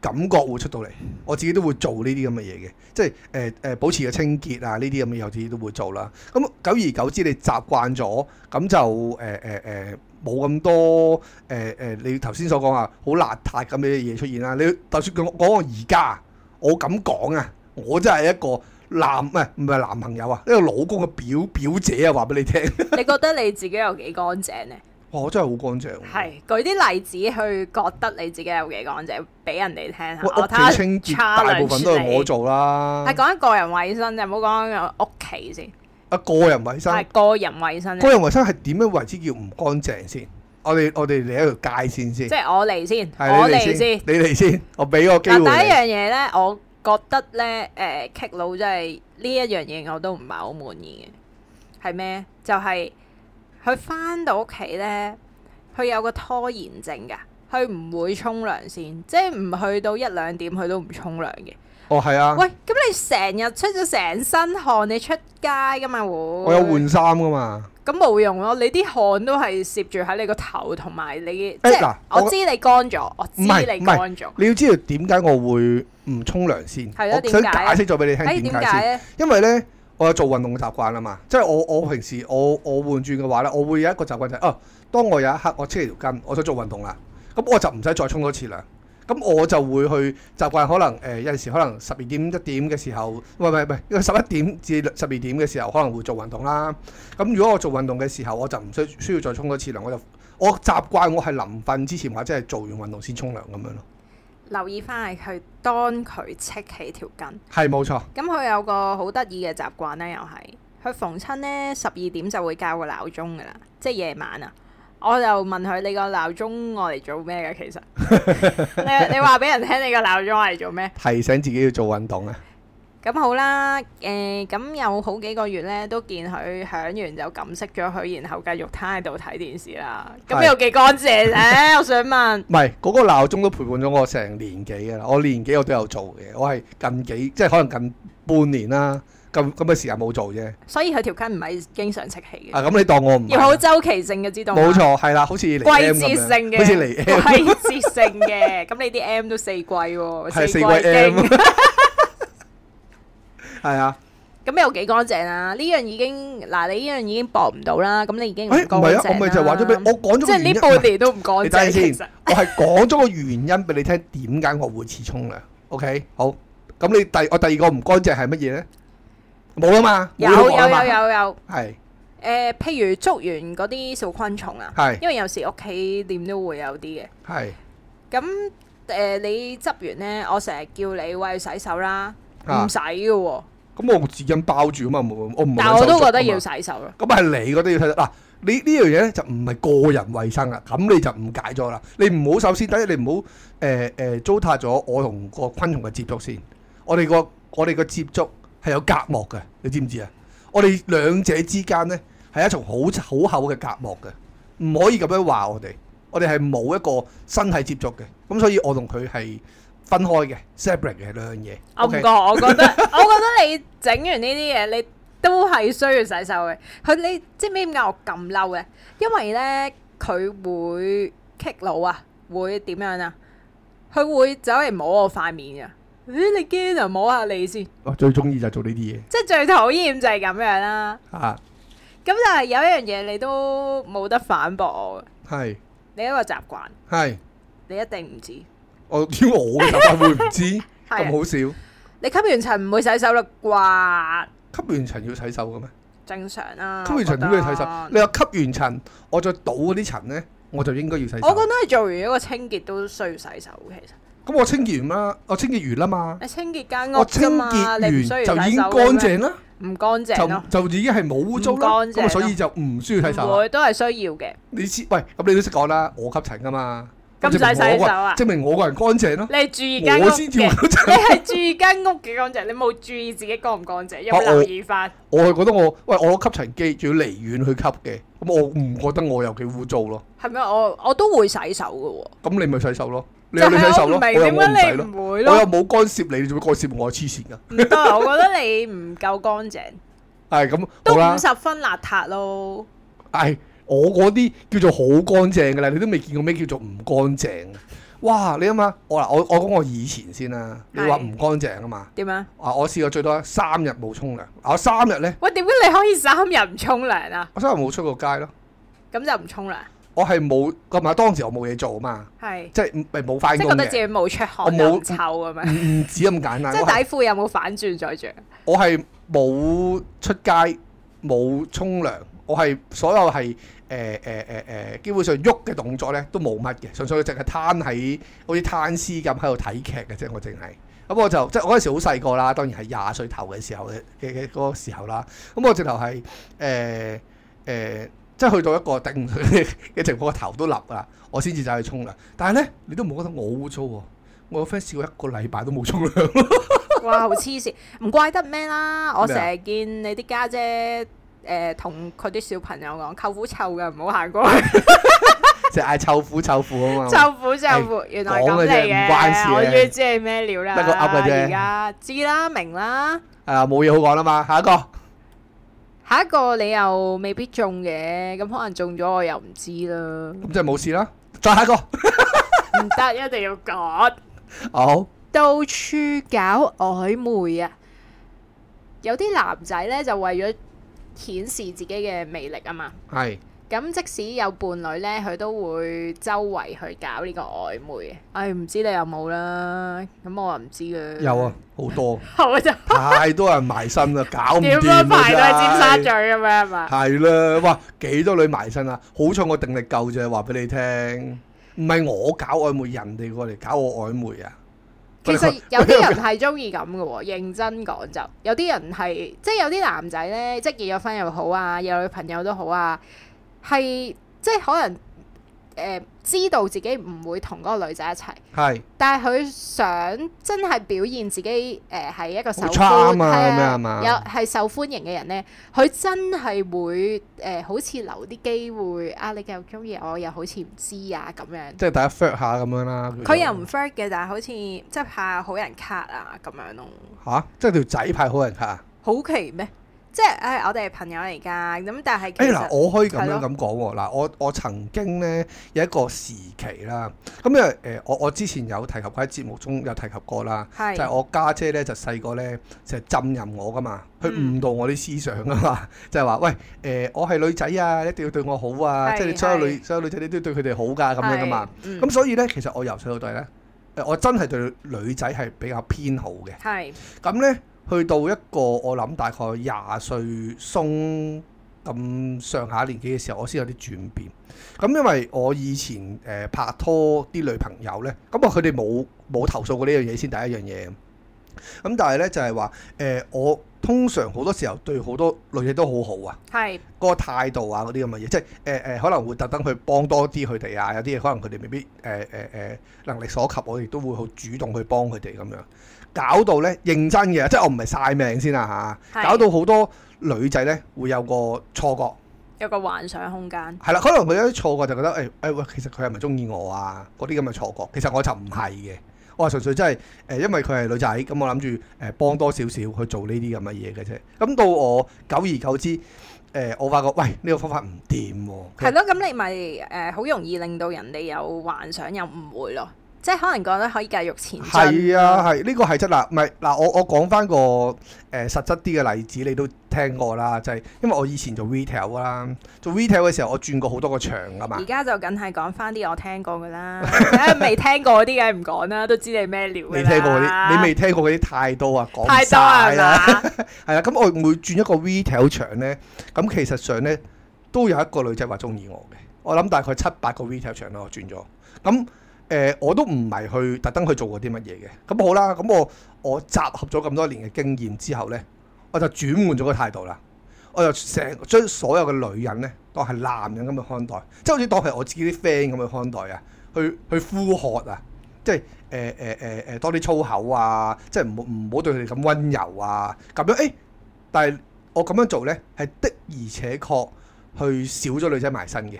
Speaker 1: 感覺會出到嚟。我自己都會做呢啲咁嘅嘢嘅，即係誒誒保持嘅清潔啊，呢啲咁嘅嘢我自己都會做啦。咁久而久之，你習慣咗，咁就誒誒誒冇咁多誒誒、呃你頭先所講啊，好邋遢咁嘅嘢出現啦。你就算講講我而家，我咁講啊，我真係一個男唔係唔係男朋友啊，一個老公嘅表表姐啊，話俾你聽， [laughs]
Speaker 2: 你覺得你自己有幾乾淨呢？
Speaker 1: 哇！我真係好乾淨喎，
Speaker 2: 係舉啲例子去覺得你自己有幾乾淨，俾人哋聽下。
Speaker 1: 我
Speaker 2: 啊我
Speaker 1: 屋
Speaker 2: 睇下
Speaker 1: 企清潔大部分都係我
Speaker 2: challenge
Speaker 1: 做啦
Speaker 2: 你。係，講緊個人衞生啫，唔好講緊屋企先。
Speaker 1: 啊個人衞生
Speaker 2: 係。個人衞生
Speaker 1: 個
Speaker 2: 啫，
Speaker 1: 人衞生係點樣為之叫唔乾淨先？我哋我哋嚟一條界線先，
Speaker 2: 即係我嚟先，
Speaker 1: 係
Speaker 2: 我
Speaker 1: 你
Speaker 2: 嚟先
Speaker 1: 你。嚟先，我俾個機會
Speaker 2: 嗱，第一
Speaker 1: 你。
Speaker 2: 樣嘢咧，我覺得咧，誒 K 佬真係呢一樣嘢我都唔係好滿意嘅，係咩？就係佢翻到屋企咧，佢有個拖延症㗎，佢唔會沖涼先，即係唔去到一兩點佢都唔沖涼嘅。
Speaker 1: 哦，係啊，
Speaker 2: 喂，咁你成日出咗成身汗，你出街㗎嘛會？
Speaker 1: 我
Speaker 2: 我
Speaker 1: 有換衫噶嘛。
Speaker 2: 咁冇用咯，你啲汗都係攝住喺你個頭同埋你，即
Speaker 1: 誒
Speaker 2: 係
Speaker 1: 嗱
Speaker 2: 我
Speaker 1: 我
Speaker 2: 知你乾咗，我知
Speaker 1: 唔係
Speaker 2: 你
Speaker 1: 唔係
Speaker 2: 乾咗。
Speaker 1: 你要知道點解我會唔沖涼先？
Speaker 2: 係咯
Speaker 1: 我想
Speaker 2: 點解
Speaker 1: 解
Speaker 2: 啊
Speaker 1: 釋咗俾你
Speaker 2: 誒
Speaker 1: 聽
Speaker 2: 點
Speaker 1: 點解
Speaker 2: 解
Speaker 1: 先。
Speaker 2: 咧？
Speaker 1: 因為咧，我有做運動嘅習慣啊嘛，即係我我平時我我換轉嘅話咧，我會有一個習慣就係、哦，當我有一刻我黐條筋，我想做運動啦，咁我就唔使再沖多次涼。咁我就會去習慣，可能誒、呃有陣時可能十二點一點嘅時候，唔係唔係唔係，十一點至十二點嘅時候可能會做運動啦。咁如果我做運動嘅時候，我就唔需需要再沖多次涼，我就我習慣我係臨瞓之前或者係做完運動先沖涼咁樣咯。
Speaker 2: 留意翻係佢當佢戚起條筋，
Speaker 1: 係冇錯，
Speaker 2: 咁佢有個好得意嘅習慣咧，又係佢逢親咧十二點就會校個鬧鐘噶啦，即係夜晚啊。我就問佢：你個鬧鐘我嚟做咩嘅？其實 [laughs] 你你話俾人聽，你個鬧鐘我嚟做咩？
Speaker 1: 提醒自己要做運動啊。
Speaker 2: 咁好啦，誒、咁有好幾個月咧，都見佢響完就撳熄咗佢，然後繼續攤喺度睇電視啦。咁
Speaker 1: 係
Speaker 2: 有幾乾淨咧？我想問。
Speaker 1: 唔係嗰個鬧鐘都陪伴咗我成年幾㗎啦，我年幾我都有做嘅，我係近幾即係可能近半年啦，咁咁嘅時間冇做啫。
Speaker 2: 所以佢條筋唔係經常戚氣嘅，
Speaker 1: 啊，咁你當我唔係
Speaker 2: 要好啊周期性嘅知道嘛。
Speaker 1: 冇錯，係啦，好似嚟 M
Speaker 2: 季
Speaker 1: 咁
Speaker 2: 節
Speaker 1: 樣
Speaker 2: 性嘅，
Speaker 1: 好似嚟 M
Speaker 2: 季節性嘅，咁你啲 M 都四季喎，
Speaker 1: 係四
Speaker 2: 季
Speaker 1: 季 M
Speaker 2: [laughs] 經。
Speaker 1: 係啊，
Speaker 2: 咁有幾乾淨啊？呢樣已經嗱，你呢樣已經搏唔到啦，咁你已經唔
Speaker 1: 誒
Speaker 2: 乾
Speaker 1: 唔係啊，我
Speaker 2: 淨
Speaker 1: 咪就係話咗俾
Speaker 2: 啦
Speaker 1: 我講咗
Speaker 2: 嗯即
Speaker 1: 個
Speaker 2: 係
Speaker 1: 原因
Speaker 2: 呢，半年都唔乾
Speaker 1: 你
Speaker 2: 淨，
Speaker 1: 睇
Speaker 2: 其
Speaker 1: 先
Speaker 2: 實，
Speaker 1: 我係講咗個原因俾你聽，點解我會似沖涼？OK，好，咁你第我第二個唔乾淨係乜嘢咧？冇啦嘛，
Speaker 2: 有
Speaker 1: 冇
Speaker 2: 有
Speaker 1: 啦嘛
Speaker 2: 有，有有。
Speaker 1: 係
Speaker 2: 誒、譬如捉完嗰啲小昆蟲啊，
Speaker 1: 係
Speaker 2: 因為有時屋企點都會有啲嘅。
Speaker 1: 係
Speaker 2: 咁誒、你執完呢，我成日叫你喂洗手啦，
Speaker 1: 啊
Speaker 2: 唔洗嘅喎，
Speaker 1: 咁我紙巾包住啊嘛，冇我唔係
Speaker 2: 但我都覺得要
Speaker 1: 手
Speaker 2: 洗手咯。
Speaker 1: 足啊嘛。咁係你覺得要洗手嗱，你呢樣嘢咧就唔係個人衞生啦，咁你就誤解咗啦。你唔好首先，第一你唔好誒誒糟蹋咗我同個昆蟲嘅接觸先。我哋個我哋個接觸係有隔膜嘅，你知唔知啊？我哋兩者之間咧係一層好好厚嘅隔膜嘅，唔可以咁樣話我哋。我哋係冇一個身體接觸嘅，咁所以我同佢係分開嘅，separate 嘅兩樣嘢。
Speaker 2: 我唔覺，我覺得我覺得你整完呢啲嘢，你都係需要洗手嘅。佢你知唔知點解我咁嬲咧？因為咧佢會棘佬啊，會點樣啊？佢會走嚟摸我塊面啊！咦，你驚啊？摸下你先，
Speaker 1: 我最中意就係做呢啲嘢
Speaker 2: 即係最討厭就係咁樣啦。
Speaker 1: 啊，
Speaker 2: 咁但係有一樣嘢你都冇得反駁我嘅，
Speaker 1: 係
Speaker 2: 你一個習慣，
Speaker 1: 係。
Speaker 2: 你一定唔知。
Speaker 1: 我屌哦我嘅習慣會唔知
Speaker 2: [laughs] 係啊
Speaker 1: 咁好笑，
Speaker 2: 你吸完塵唔會洗手啦啩？
Speaker 1: 吸完塵要洗手嘅咩？
Speaker 2: 正常啦、
Speaker 1: 吸完塵點
Speaker 2: 啊我覺
Speaker 1: 解
Speaker 2: 得
Speaker 1: 要洗手？你話吸完塵，我再倒嗰啲塵咧，我就應該要洗手。
Speaker 2: 我覺得係做完一個清潔都需要洗手，其實
Speaker 1: 咁我清潔完啦，我清潔完啦嘛，
Speaker 2: 你清潔間屋
Speaker 1: 我清
Speaker 2: 啫
Speaker 1: 潔
Speaker 2: 嘛，你唔需
Speaker 1: 完
Speaker 2: 要
Speaker 1: 就已
Speaker 2: 洗
Speaker 1: 經乾
Speaker 2: 手嘅咩
Speaker 1: 淨啦，
Speaker 2: 唔乾淨咯，
Speaker 1: 就就已經係冇污糟啦，
Speaker 2: 啊唔乾淨
Speaker 1: 咁啊所以就唔需要洗手
Speaker 2: 唔
Speaker 1: 啦。
Speaker 2: 會都係需要嘅。
Speaker 1: 你知喂，咁你都識講啦，我吸塵噶嘛，
Speaker 2: 咁唔使
Speaker 1: 證明我個
Speaker 2: 洗手啊
Speaker 1: 證明我個人乾淨咯，
Speaker 2: 你係注意間屋
Speaker 1: 我先至會
Speaker 2: 嘅，
Speaker 1: 乾淨
Speaker 2: [laughs] 你。係注意間屋嘅乾淨，你冇注意自己乾唔乾淨，有冇
Speaker 1: 我
Speaker 2: 留意翻？
Speaker 1: 我係覺得我喂我攞吸塵機仲要離遠去吸嘅，咁我唔覺得我有幾污糟咯。
Speaker 2: 係咪我我都會洗手嘅喎？
Speaker 1: 咁你咪洗手咯，你
Speaker 2: 就
Speaker 1: 有你洗
Speaker 2: 係
Speaker 1: 手
Speaker 2: 我唔
Speaker 1: 咯，
Speaker 2: 明
Speaker 1: 我又
Speaker 2: 點
Speaker 1: 我唔
Speaker 2: 解
Speaker 1: 洗
Speaker 2: 你
Speaker 1: 咯，
Speaker 2: 唔會
Speaker 1: 我又
Speaker 2: 咯？
Speaker 1: 冇干涉你，你做咩干涉我？黐線噶，
Speaker 2: 唔得啊！我覺得你唔夠乾淨，
Speaker 1: 係咁
Speaker 2: 都
Speaker 1: 好啦
Speaker 2: 五，十分邋遢咯。
Speaker 1: 係我嗰啲叫做好乾淨噶啦，你都未見過咩叫做唔乾淨。哇！你諗下，我嗱我我講我以前先啦，你話
Speaker 2: 係
Speaker 1: 唔乾淨啊嘛，
Speaker 2: 點啊？
Speaker 1: 啊我試過最多三日冇沖涼，啊我三日咧，
Speaker 2: 喂，點解你可以三日唔沖涼啊？
Speaker 1: 我三日冇出過街咯，
Speaker 2: 咁就唔沖涼，
Speaker 1: 我係冇咁啊，當時我冇嘢做啊嘛，
Speaker 2: 係
Speaker 1: 即係唔係冇翻
Speaker 2: 即係
Speaker 1: 工
Speaker 2: 覺得自
Speaker 1: 嘅，
Speaker 2: 己冇出汗
Speaker 1: 我冇
Speaker 2: 又唔臭咁樣
Speaker 1: 唔。唔止咁簡單，
Speaker 2: 即
Speaker 1: 我
Speaker 2: 係
Speaker 1: 係
Speaker 2: 底褲有冇反轉再着？
Speaker 1: 我係冇出街，冇沖涼，我係所有係誒誒誒誒，基本上喐嘅動作咧都冇乜嘅，純粹淨係攤喺好似攤屍咁喺度睇劇嘅啫，我淨係。咁我就即係我嗰陣時好細個啦，當然係廿歲頭嘅時候嘅嘅嘅嗰個時候啦。咁我直頭係誒誒，即係去到一個定嘅情況，個頭都立啦，我先至走去沖涼。但係咧，你都冇覺得我污糟喎。我有 friend 試過一個禮拜都冇沖涼，
Speaker 2: [laughs] 哇，好黐線！唔怪得咩啦，我
Speaker 1: 咩
Speaker 2: 成
Speaker 1: 啊
Speaker 2: 日見你啲家姐誒同佢啲小朋友講舅父臭嘅，唔好行過去。
Speaker 1: 就嗌臭苦 [laughs] 臭苦啊嘛。
Speaker 2: 舅父舅父，原來係
Speaker 1: 講
Speaker 2: 咁
Speaker 1: 嘅
Speaker 2: 嚟
Speaker 1: 啫唔關事
Speaker 2: 嘅，
Speaker 1: 嘅
Speaker 2: 我終於知係咩料啦。
Speaker 1: 得個噏嘅啫
Speaker 2: 而家知啦，明啦。
Speaker 1: 啊，冇嘢好講啦嘛，下一個
Speaker 2: 下一個你又未必中嘅，咁可能中咗我又唔知啦。
Speaker 1: 咁即係冇事啦，再下一個，
Speaker 2: 唔得，一定要講。
Speaker 1: 好
Speaker 2: 到處搞曖昧啊！有啲男仔呢，就為咗顯示自己嘅魅力啊嘛，
Speaker 1: 係
Speaker 2: 咁即使有伴侶呢，佢都會周圍去搞呢個曖昧嘅。唉、唔知你有冇啦？咁我話唔知嘅。
Speaker 1: 有啊，，好多
Speaker 2: [laughs] 我就
Speaker 1: 太多人埋身啦，搞唔
Speaker 2: 點
Speaker 1: 掂
Speaker 2: 樣
Speaker 1: 啊
Speaker 2: 排都係尖沙咀
Speaker 1: 真
Speaker 2: 啊
Speaker 1: 係
Speaker 2: 咁樣係嘛？
Speaker 1: 係啦，哇，幾多女埋身啊！好彩我定力夠啫，話俾你聽，唔係我搞曖昧，人哋過嚟搞我曖昧啊！
Speaker 2: 其實有啲人係中意咁嘅喎， [laughs] 認真講就有啲人係即係有啲男仔咧，即係結咗婚又好啊，有女朋友都好啊，係即係可能誒、呃知道自己唔會同嗰個女仔一齊，
Speaker 1: 係
Speaker 2: 但係佢想真係表現自己誒係、一個受
Speaker 1: 好差啊
Speaker 2: 歡
Speaker 1: 嘛
Speaker 2: 係
Speaker 1: 咁樣係嘛
Speaker 2: 有係受歡迎嘅人咧，佢真係會誒、呃好似留啲機會啊，你繼續中意我，又好似唔知啊咁樣。
Speaker 1: 即係大家 flirt 下咁樣啦。叫做
Speaker 2: 佢又唔 friend 嘅，但係好似即係派好人卡啊咁樣咯。
Speaker 1: 吓，即係條仔派好人卡啊！
Speaker 2: 好奇咩？即係唉，我哋係朋友嚟㗎，咁但係其
Speaker 1: 哎誒嗱、
Speaker 2: 實
Speaker 1: 我可以咁
Speaker 2: 係
Speaker 1: 樣
Speaker 2: 咯
Speaker 1: 咁講喎，嗱，我我曾經咧有一個時期啦，咁誒誒，我我之前有提及過喺節目中有提及過啦，就係
Speaker 2: 係
Speaker 1: 我家姐咧就細個咧就浸淫我噶嘛，佢
Speaker 2: 嗯
Speaker 1: 誤導我啲思想噶嘛， [laughs] 就係話喂誒、我係女仔啊，你一定要對我好啊，
Speaker 2: 係
Speaker 1: 即係你所有
Speaker 2: 係
Speaker 1: 女所有女仔你都要對佢哋好㗎咁樣噶嘛，，
Speaker 2: 係嗯
Speaker 1: 咁所以咧其實我由細到大咧誒我真係對女仔係比較偏好嘅。
Speaker 2: 係
Speaker 1: 咁呢，去到一個我諗大概廿歲鬆咁上下年紀嘅時候，我先有啲轉變。咁因為我以前誒、呃拍拖啲女朋友呢，咁啊佢哋冇冇投訴過呢樣嘢先第一樣嘢。咁但係呢，就係話誒，我通常好多時候對好多女仔都好好啊。
Speaker 2: 係
Speaker 1: 嗰個態度啊，嗰啲咁嘅嘢，即係誒誒，可能會特登去幫多啲佢哋啊，有啲嘢可能佢哋未必誒誒誒能力所及，我哋都會好主動去幫佢哋咁樣，搞到咧認真嘅，即係我唔係晒命先啦嚇，
Speaker 2: 係
Speaker 1: 搞到好多女仔咧會有個錯覺，
Speaker 2: 有個幻想空間，
Speaker 1: 係啦，可能佢有啲錯覺就覺得誒誒喂，其實佢係咪中意我啊？嗰啲咁嘅錯覺，其實我就唔係嘅，我係純粹真係誒，因為佢係女仔，咁我諗住誒幫多少少去做呢啲咁嘅嘢嘅啫。咁到我久而久之，誒、呃我發覺喂呢、個方法唔掂喎，其實
Speaker 2: 係咯，咁你咪誒好容易令到人哋有幻想有誤會咯，即係可能覺得可以繼續前進，
Speaker 1: 係啊，，係呢個係真嗱，唔係嗱，我我講翻個誒、呃、實質啲嘅例子，你都聽過啦，就係、因為我以前做 retail 啦，做 retail 嘅時候我轉過好多個場噶嘛
Speaker 2: 而，家就梗係講翻啲我聽過㗎啦，梗係未聽過嗰啲梗係唔講啦，都知你咩料㗎
Speaker 1: 未
Speaker 2: 啦
Speaker 1: 聽過嗰啲，你未聽過嗰啲太多啊，講
Speaker 2: 太多
Speaker 1: 晒
Speaker 2: 係
Speaker 1: 啦，
Speaker 2: 嘛？
Speaker 1: 係啦，咁我每轉一個 retail 場咧，咁其實上咧都有一個女仔話中意我嘅，我諗大概七八個 retail 場啦，我轉咗，咁誒、呃我都唔係去特登去做過啲乜嘢嘅，咁好啦，咁我我集合咗咁多年嘅經驗之後咧，我就轉換咗個態度啦，我就成將所有嘅女人咧當係男人咁去看待，即係好似當係我自己啲 friend 咁去看待啊，去去呼喝啊。即係誒誒誒誒多啲粗口啊，即係唔好唔好對佢哋咁温柔啊，咁樣誒、欸但係我咁樣做呢，係的而且確去少咗女仔埋身嘅。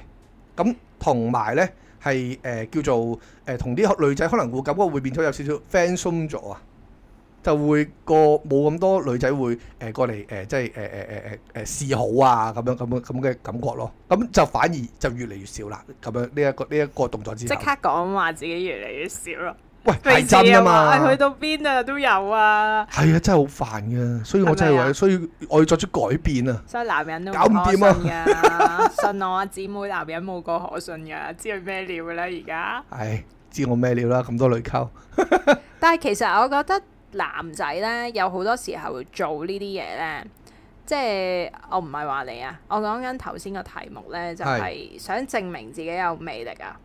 Speaker 1: 咁同埋呢，係誒、呃叫做誒同啲女仔可能會感覺會變咗有少少 friend 鬆咗啊，就會個冇咁多女仔會誒、呃、過嚟誒、呃即係誒誒誒誒誒示好啊咁樣咁樣咁嘅感覺咯。咁就反而就越嚟越少啦。咁樣呢一、個呢一、個動作之
Speaker 2: [laughs] 即
Speaker 1: 後，
Speaker 2: 刻講話自己越嚟越少咯，
Speaker 1: 喂係真
Speaker 2: 費事
Speaker 1: 啊
Speaker 2: 話
Speaker 1: 嘛
Speaker 2: 唉去。到邊啊都有啊，
Speaker 1: 係啊，真係好煩嘅，所以我真
Speaker 2: 係
Speaker 1: 係
Speaker 2: 咪啊
Speaker 1: 話，所以我要作出改變啊！
Speaker 2: 所以男人都
Speaker 1: 搞唔掂
Speaker 2: 啊！ [laughs] 信我啊，姊妹，男人冇個可信噶，知佢咩料噶啦而家。
Speaker 1: 唉，知我咩料啦，咁多女溝。
Speaker 2: 啊但係其實我覺得男仔咧有好多時候做呢啲嘢咧，即係我唔係話你啊，我講緊頭先個題目咧就係想證明自己有魅力啊，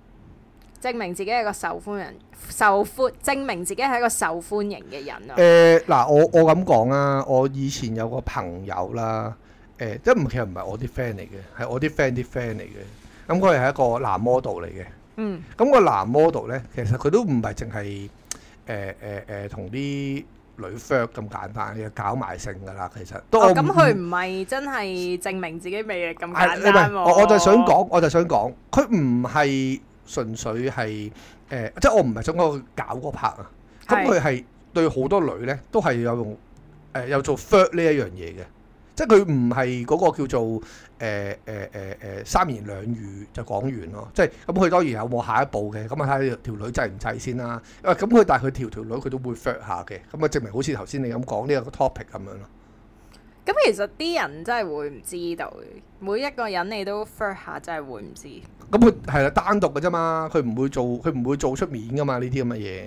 Speaker 2: 證明自己係個受歡迎、受歡，證明自己係一個受歡迎嘅人啊。
Speaker 1: 誒嗱、我我咁講啊，我以前有個朋友啦，誒、即係唔其實唔係我啲 friend 嚟嘅，係我啲 friend 啲 friend 嚟嘅。咁佢係一個男 model 嚟嘅。
Speaker 2: 嗯，
Speaker 1: 咁、個男 model 咧，其實佢都唔係淨係誒誒誒同啲女 f r i 咁簡單嘅，搞埋性㗎啦。其實都
Speaker 2: 哦
Speaker 1: 我
Speaker 2: 咁
Speaker 1: 唔
Speaker 2: 佢唔係真係證明自己魅力咁簡
Speaker 1: 係唔
Speaker 2: 單
Speaker 1: 係
Speaker 2: 喎。
Speaker 1: 我我就想講，我就想講，佢唔係純粹係誒、呃即係我唔係想講佢搞嗰 part 啊。咁
Speaker 2: 係
Speaker 1: 佢係對好多女咧，都係有用誒、呃有做 flirt 呢一樣嘢嘅，即係佢唔係嗰個叫做誒誒誒誒三言兩語就講完咯。即係咁，佢當然有冇下一步嘅，咁啊睇下條女制唔制先啦。啊咁佢但係佢條條女佢都會 flirt 下嘅，咁啊證明好似頭先你咁講呢個 topic 咁樣咯。
Speaker 2: 咁其實啲人真係會唔知道嘅，每一個人你都 f i r t 下真係會唔知。
Speaker 1: 咁佢係啦，單獨嘅啫嘛，佢唔會做，佢唔會做出面噶嘛，呢啲咁嘅嘢。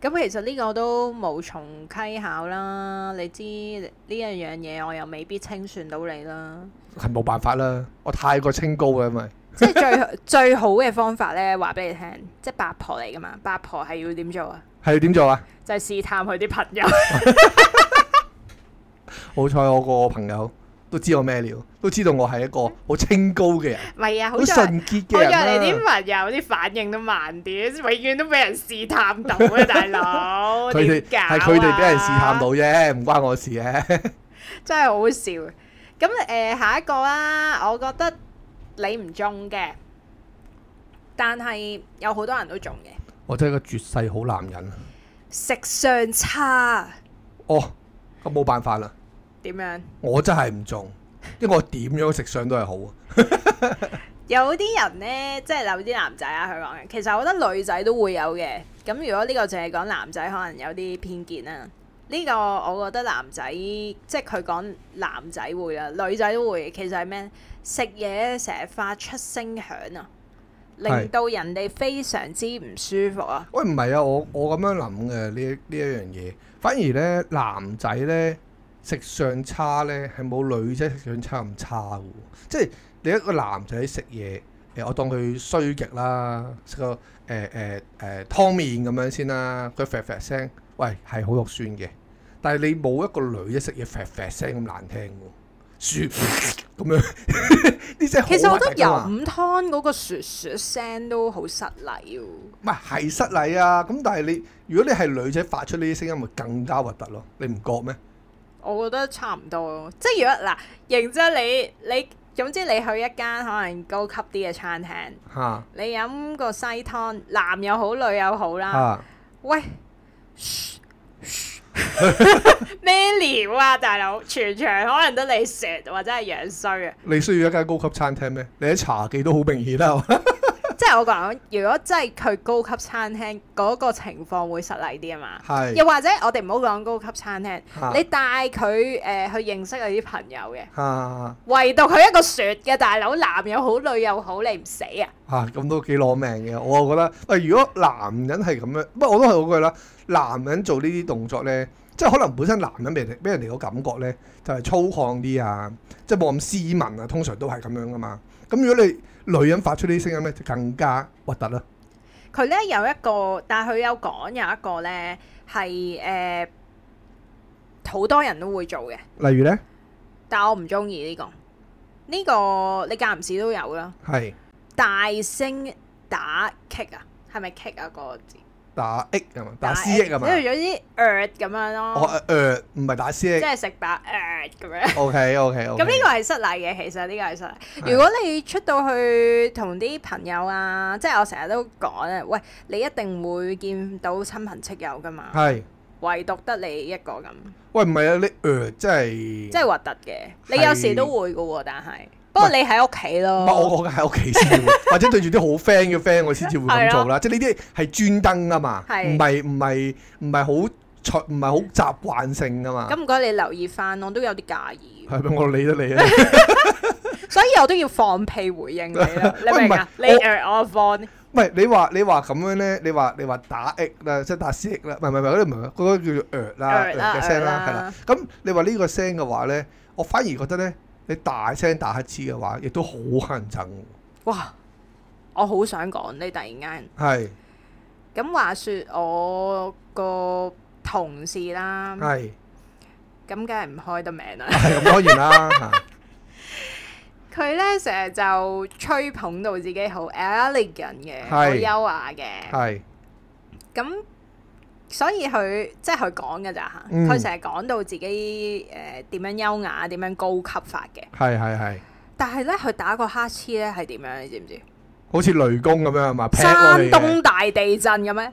Speaker 2: 咁其實呢個都無從稽考啦，你知呢一樣嘢我又未必清算到你啦。
Speaker 1: 係冇辦法啦，我太過清高啦，因為
Speaker 2: 即係最 [laughs] 最好嘅方法呢，話俾你聽，即係八婆嚟噶嘛，八婆係要點做啊？
Speaker 1: 係點做啊？
Speaker 2: 就係、試探佢啲朋
Speaker 1: [laughs]
Speaker 2: 友，
Speaker 1: 好彩我個朋友都知我咩料，都知道我係一個好清高嘅人，
Speaker 2: 唔係啊，
Speaker 1: 好
Speaker 2: 嗯好在。
Speaker 1: 純潔嘅
Speaker 2: 我
Speaker 1: 人
Speaker 2: 約你啲
Speaker 1: 啦。
Speaker 2: 朋友啲反應都慢啲，永遠都俾人試探到啊，大
Speaker 1: [laughs]
Speaker 2: 佬！
Speaker 1: 佢哋
Speaker 2: 點搞啊
Speaker 1: 係佢哋俾人試探到啫，唔關我事嘅。
Speaker 2: 真係好笑。咁誒、呃下一個啦，我覺得你唔中嘅，但係有好多人都中嘅。
Speaker 1: 我真係個絕世好男人。
Speaker 2: 食相差，
Speaker 1: 哦，咁冇辦法啦，
Speaker 2: 點樣？
Speaker 1: 我真係唔中，因為我點樣食相都係好。
Speaker 2: 有啲人呢，即係有啲男仔啊，佢講嘅，其實我覺得女仔都會有嘅。咁如果呢個淨係講男仔，可能有啲偏見啦。呢個我覺得男仔，即係佢講男仔會啦，女仔都會。其實係咩？食嘢成日發出聲響啊，令
Speaker 1: 係
Speaker 2: 到人哋非常之唔舒服啊。
Speaker 1: 喂，唔係啊，我我咁樣諗嘅呢一呢一樣嘢，反而咧男仔咧食相差咧係冇女仔食相差咁差嘅喎，即係你一個男仔食嘢，誒、我當佢衰極啦，食個誒誒誒湯麵咁樣先啦，佢啡啡聲，喂係好肉酸嘅，但係你冇一個女仔食嘢啡啡聲咁難聽喎，舒咁樣 [laughs] 呢聲
Speaker 2: 其實
Speaker 1: 好
Speaker 2: 我覺得
Speaker 1: 核突㗎嘛
Speaker 2: 飲湯嗰個雪雪聲都好失禮喎。
Speaker 1: 唔係係失禮啊！咁但係你如果你係女仔發出呢啲聲音，咪更加核突咯！你唔覺咩？
Speaker 2: 我覺得差唔多咯，即係如果嗱，認真你你總之你去一間可能高級啲嘅餐廳，
Speaker 1: 嚇
Speaker 2: 你飲個西湯，男又好女又好啦，
Speaker 1: 嚇
Speaker 2: 喂，噓噓
Speaker 1: [laughs]
Speaker 2: 咩料啊，大佬？全場可能得你食或者係樣衰啊！
Speaker 1: 你需要一間高級餐廳咩？你喺茶記都好明顯啦，係嘛
Speaker 2: 即係我講，如果真係佢高級餐廳嗰、個情況會失禮啲啊嘛。又
Speaker 1: 係
Speaker 2: 或者我哋唔好講高級餐廳，
Speaker 1: 嚇
Speaker 2: 你帶佢誒、呃去認識你啲朋友嘅。
Speaker 1: 嚇
Speaker 2: 唯獨佢一個雪嘅大佬，男又好，女又好，你唔死啊？
Speaker 1: 嚇咁都幾攞命嘅。我覺得喂，如果男人係咁樣，不過我都係嗰句啦，男人做呢啲動作咧，即係可能本身男人俾人俾人哋個感覺咧，就係粗獷啲啊，即係冇咁斯文啊，通常都係咁樣噶嘛。咁如果你女人發出呢啲聲音咧，就更加核突啦。
Speaker 2: 佢咧有一個，但係佢有講有一個咧係誒好多人都會做嘅，
Speaker 1: 例如咧，
Speaker 2: 但我唔中意呢個。呢、個你間唔時都有啦，
Speaker 1: 係。
Speaker 2: 大聲打 kick 啊，係咪 kick 啊個字？
Speaker 1: 打 X 係嘛？打 C X 啊係嘛哦
Speaker 2: 因？為有啲 e 咁樣
Speaker 1: 我
Speaker 2: 咯，
Speaker 1: 誒唔係打 C
Speaker 2: 即
Speaker 1: X。
Speaker 2: 係食飽 e 咁樣。
Speaker 1: O K O K O K。
Speaker 2: 咁呢個係失禮嘅，其實呢個係失禮。
Speaker 1: 係
Speaker 2: 如果你出到去同啲朋友啊，即係我成日都講咧，喂，你一定會見到親朋戚友噶嘛，
Speaker 1: 係
Speaker 2: 唯獨得你一個咁，
Speaker 1: 喂唔係啊！你誒真係
Speaker 2: 即係核突嘅。你
Speaker 1: 係
Speaker 2: 有時都會噶喎，但係不過你喺屋企
Speaker 1: 唔係我
Speaker 2: 咯，
Speaker 1: 我喺屋企先
Speaker 2: [laughs]
Speaker 1: 會，或者對住啲好 friend 嘅 friend 我先至會咁做
Speaker 2: 係啊
Speaker 1: 啦。即係呢啲係專登啊嘛，
Speaker 2: 係
Speaker 1: 唔係唔係唔係好錯唔係好習慣性啊嘛。
Speaker 2: 咁唔該你留意翻，我都有啲
Speaker 1: [laughs]
Speaker 2: 介意，
Speaker 1: 係咪我理得你啊？
Speaker 2: 所以我都要放屁回應你啦，你
Speaker 1: 喂
Speaker 2: 明
Speaker 1: 唔係
Speaker 2: 啊？你
Speaker 1: 我
Speaker 2: 誒我放，
Speaker 1: 唔係你話你話咁樣咧，你話你話打 X 啦，即係打 C X 啦，唔係唔係唔係嗰啲唔係嗰個叫做 X 啦
Speaker 2: X 啦
Speaker 1: 嘅聲啦，
Speaker 2: X
Speaker 1: 係
Speaker 2: 啦
Speaker 1: 啦。咁你話呢個聲嘅話咧，我反而覺得咧，你大聲打乞嗤嘅話，亦都好乞人憎喎。
Speaker 2: 哇！我好想講你突然間。
Speaker 1: 係
Speaker 2: 咁話說我個同事啦。
Speaker 1: 係
Speaker 2: 咁梗係唔開得名啦。 [laughs]
Speaker 1: 係咁當然啦，嚇
Speaker 2: 佢咧成日就吹捧到自己好 elegant 嘅，
Speaker 1: 係
Speaker 2: 好優雅嘅。
Speaker 1: 係
Speaker 2: 咁所以佢即係佢講嘅咋嚇，
Speaker 1: 嗯
Speaker 2: 佢成日講到自己誒點、樣優雅，點樣高級法嘅。
Speaker 1: 係係係，
Speaker 2: 但係咧，佢打個哈嗤咧係點樣？你知唔知？
Speaker 1: 好似雷公咁樣係嘛？劈
Speaker 2: 山
Speaker 1: 我哋
Speaker 2: 東
Speaker 1: 嘅
Speaker 2: 大地震咁樣，